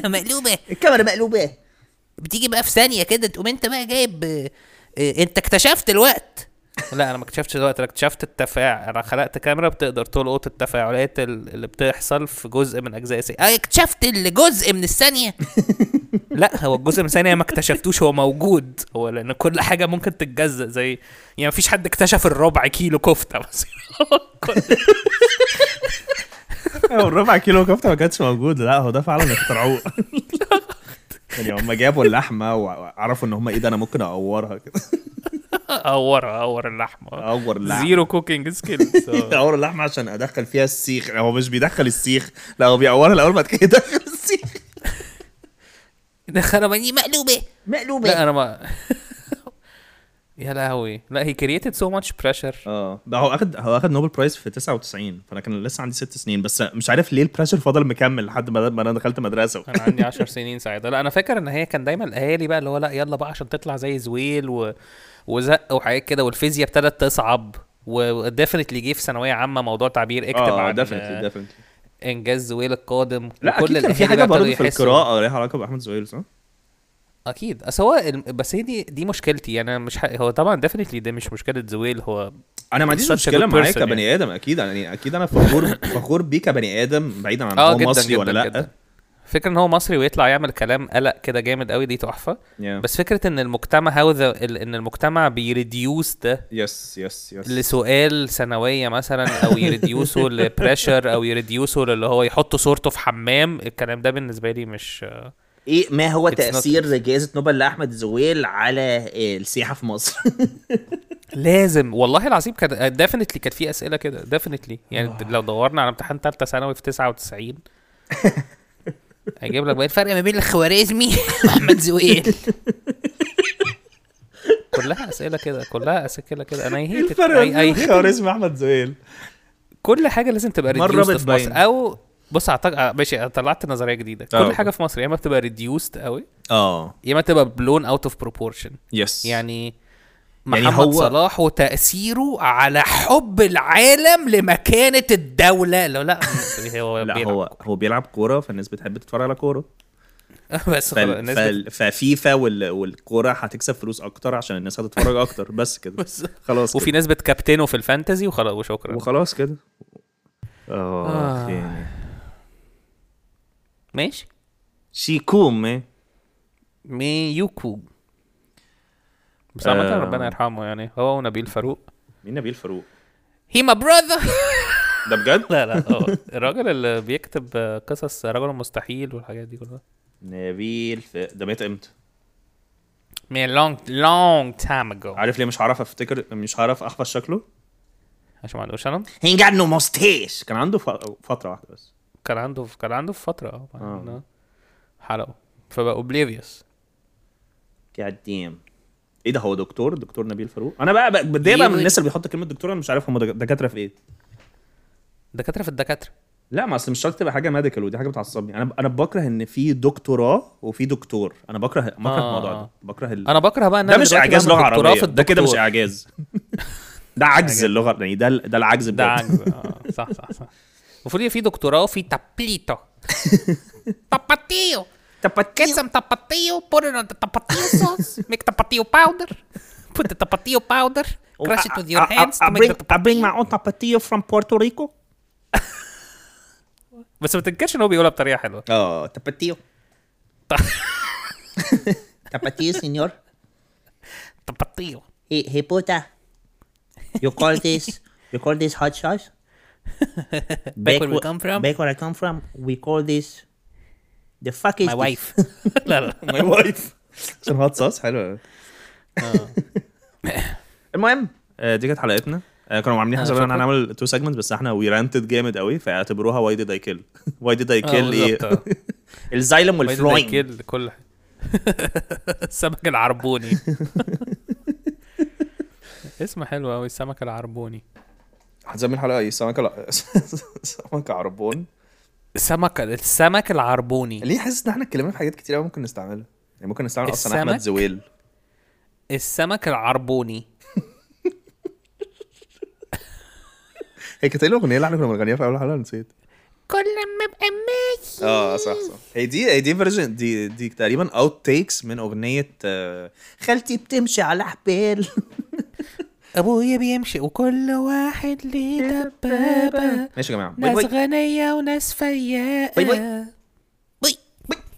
Speaker 4: مقلوبه
Speaker 3: الكاميرا مقلوبه
Speaker 4: بتيجي بقى في ثانيه كده تقوم انت بقى جايب آه، آه، انت اكتشفت الوقت
Speaker 1: لا انا ما اكتشفتش الوقت انا اكتشفت التفاعل انا خلقت كاميرا بتقدر تلقط التفاعلات ال- اللي بتحصل في جزء من اجزاء سي
Speaker 4: آه، اكتشفت الجزء من الثانيه
Speaker 1: لا هو الجزء من ثانية ما اكتشفتوش هو موجود هو لان كل حاجة ممكن تتجزأ زي يعني مفيش حد اكتشف الربع كيلو كفتة بس
Speaker 6: الربع كيلو كفته ما كانتش موجود لا هو ده فعلا اخترعوه
Speaker 2: يعني هم جابوا اللحمه وعرفوا ان هم ايه ده انا ممكن اقورها كده
Speaker 1: اورها اور اللحمة
Speaker 2: اقور اللحمه
Speaker 1: زيرو كوكينج سكيلز
Speaker 2: اقور اللحمه عشان ادخل فيها السيخ هو مش بيدخل السيخ لا هو بيقورها الاول بعد كده يدخل السيخ
Speaker 4: خرباني مقلوبه
Speaker 3: مقلوبه
Speaker 1: لا انا ما يا لهوي لا هي كرييتد سو ماتش بريشر
Speaker 2: اه ده هو اخد هو اخد نوبل برايز في 99 فانا كان لسه عندي ست سنين بس مش عارف ليه البريشر فضل مكمل لحد ما ما انا دخلت مدرسه
Speaker 1: انا عندي 10 سنين ساعتها لا انا فاكر ان هي كان دايما الاهالي بقى اللي هو لا يلا بقى عشان تطلع زي زويل و... وزق وحاجات كده والفيزياء ابتدت تصعب وديفنتلي جه في ثانويه عامه موضوع تعبير اكتب
Speaker 2: اه
Speaker 1: عن
Speaker 2: ديفنتلي ديفنتلي
Speaker 1: انجاز زويل القادم
Speaker 2: لا
Speaker 1: وكل
Speaker 2: اكيد كان في
Speaker 1: الأهالي بقى
Speaker 2: حاجه
Speaker 1: ابتدوا
Speaker 2: برضه في
Speaker 1: يحسوا-
Speaker 2: القراءه ليها علاقه باحمد زويل صح؟
Speaker 1: اكيد اصل هو الم- بس هي دي دي مشكلتي يعني أنا مش ح... هو طبعا ديفنتلي ده مش مشكله زويل هو
Speaker 2: انا ما عنديش
Speaker 1: Such a
Speaker 2: مشكله
Speaker 1: good
Speaker 2: معاه
Speaker 1: person يعني.
Speaker 2: كبني ادم اكيد يعني اكيد انا فخور فخور بيه كبني ادم بعيدا عن
Speaker 1: اه
Speaker 2: هو
Speaker 1: جدا
Speaker 2: مصري
Speaker 1: جدا
Speaker 2: ولا لا
Speaker 1: جدا فكره ان هو مصري ويطلع يعمل كلام قلق كده جامد قوي دي تحفه
Speaker 2: Yeah.
Speaker 1: بس فكره ان المجتمع هاو ذا ان المجتمع بيريديوس ده
Speaker 2: يس يس يس
Speaker 1: لسؤال ثانويه مثلا او يريديوسه لبريشر او يريديوسه اللي هو يحط صورته في حمام الكلام ده بالنسبه لي مش
Speaker 3: ايه ما هو
Speaker 1: not-
Speaker 3: تاثير جائزه نوبل لاحمد زويل على السياحه في مصر
Speaker 1: لازم والله العظيم كان ديفنتلي كانت في اسئله كده ديفنتلي يعني
Speaker 2: آه.
Speaker 1: لو دورنا على امتحان ثالثه ثانوي في 99 هيجيب لك بقى الفرق
Speaker 4: فرق ما بين الخوارزمي واحمد زويل
Speaker 1: كلها اسئله كده كلها اسئله كده انا هي
Speaker 2: إيه الفرق
Speaker 1: اي
Speaker 2: بين خوارزمي احمد زويل
Speaker 1: كل حاجه لازم تبقى
Speaker 2: مرة
Speaker 1: ريديوست في
Speaker 2: بتبين.
Speaker 1: مصر او بص اعتقد آه، ماشي طلعت نظريه جديده
Speaker 2: آه.
Speaker 1: كل حاجه في مصر يا اما بتبقى ريديوست قوي
Speaker 2: اه
Speaker 1: يا اما تبقى بلون اوت اوف بروبورشن
Speaker 2: يس
Speaker 1: يعني محمد
Speaker 2: يعني
Speaker 1: يعني هو...
Speaker 2: هو-
Speaker 1: صلاح وتأثيره على حب العالم لمكانة الدولة لا لا هو
Speaker 2: لا
Speaker 1: بيلعب.
Speaker 2: هو هو بيلعب كوره فالناس بتحب تتفرج على كوره
Speaker 1: بس خلاص،
Speaker 2: فال...
Speaker 1: الناس
Speaker 2: فال... ففيفا وال... والكوره هتكسب فلوس اكتر عشان الناس هتتفرج اكتر بس كده
Speaker 1: بس-
Speaker 2: خلاص
Speaker 1: وفي
Speaker 2: كده.
Speaker 1: ناس بتكابتنه في الفانتزي وخلاص وشكرا
Speaker 2: وخلاص كده اه يعني.
Speaker 1: ماشي
Speaker 2: شيكومي
Speaker 1: ميوكو بس عامة
Speaker 2: آه.
Speaker 1: ربنا يرحمه يعني هو ونبيل فاروق
Speaker 2: مين نبيل فاروق
Speaker 4: هي ما براذر
Speaker 2: ده بجد
Speaker 1: لا لا هو الراجل اللي بيكتب آه، قصص رجل المستحيل والحاجات دي كلها
Speaker 2: نبيل ف... ده مات امتى
Speaker 1: من لونج لونج تايم اجو
Speaker 2: عارف ليه مش هعرف افتكر مش هعرف احفظ شكله
Speaker 1: عشان ما عندوش شنب
Speaker 3: هي got no mustache
Speaker 2: كان عنده ف... فتره واحده بس
Speaker 1: كان عنده كان عنده في فترة اه
Speaker 2: آه.
Speaker 1: بعدين حلقه فبقى اوبليفيوس
Speaker 2: God damn ايه ده هو دكتور دكتور نبيل فاروق انا بقى إيه. بقى- بتضايق بقى من الناس اللي بيحط كلمه دكتور انا مش عارف هم دك- دكاتره في ايه
Speaker 1: دكاتره في الدكاتره
Speaker 2: لا ما اصل مش شرط تبقى حاجه ميديكال ودي حاجه بتعصبني انا انا بكره ان في دكتوراه وفي دكتور انا بكره بكره
Speaker 1: آه.
Speaker 2: الموضوع ده بكره ال...
Speaker 1: انا بكره بقى ان
Speaker 2: ده
Speaker 1: أنا
Speaker 2: مش
Speaker 1: دلوقتي
Speaker 2: اعجاز
Speaker 1: بعمل
Speaker 2: لغه
Speaker 1: دكتوراه
Speaker 2: عربيه
Speaker 1: في
Speaker 2: ده كده مش
Speaker 1: الدكتور.
Speaker 2: اعجاز ده عجز اللغه يعني ده ده العجز
Speaker 1: ده
Speaker 2: بجد
Speaker 1: عجز
Speaker 5: Ah,
Speaker 1: آه، صح صح صح المفروض يبقى في دكتوراه وفي تابليتو
Speaker 5: Tapatío. Get some tapatío. Put it on the tapatío sauce. Make tapatío powder. Put the tapatío powder. Crush it with your hands to make the
Speaker 3: I bring my own tapatio from Puerto Rico.
Speaker 1: بس ما تنكرش ان هو بيقولها بطريقه حلوه
Speaker 3: Oh, tapatio. tapatio, senor.
Speaker 5: tapatío.
Speaker 3: Hey, hey, puta. You call this, you call this hot sauce?
Speaker 1: Back where we
Speaker 3: wh-
Speaker 1: come from?
Speaker 3: Back where I come from, we call this. The fuck is
Speaker 1: ماي
Speaker 3: this?
Speaker 1: وايف لا لا
Speaker 2: ماي وايف
Speaker 6: عشان هات صوص حلو أوي.
Speaker 1: آه.
Speaker 2: المهم آه، دي كانت حلقتنا آه، كانوا عاملين حسابنا ان
Speaker 1: شكراً.
Speaker 2: هنعمل تو سيجمنتس بس احنا وي رانتد جامد قوي فاعتبروها واي ديد اي كيل واي ديد اي
Speaker 5: آه،
Speaker 2: كيل ايه
Speaker 1: آه، بالظبط.
Speaker 2: الزايلم والفلوينج
Speaker 1: الفلوينج كل السمك العربوني اسم حلو قوي السمك العربوني
Speaker 2: هنسمي الحلقه ايه سمكه لا سمكه عربون
Speaker 1: سمك السمك العربوني
Speaker 2: ليه حاسس ان احنا اتكلمنا في حاجات كتير قوي ممكن نستعملها يعني ممكن نستعمل اصلا احمد
Speaker 1: السمك؟
Speaker 2: زويل
Speaker 1: السمك العربوني
Speaker 2: هي كانت ايه الاغنيه اللي احنا كنا بنغنيها في اول حلقه نسيت
Speaker 5: Con la map amazing.
Speaker 2: اه صح صح هي دي هي دي فيرجن دي دي تقريبا اوت تيكس من اغنيه آه، خالتي بتمشي على حبال
Speaker 1: ابويا بيمشي وكل واحد ليه دبابه
Speaker 2: ماشي يا جماعه باي
Speaker 1: ناس
Speaker 2: باي
Speaker 1: غنيه وناس فياقه
Speaker 2: باي باي.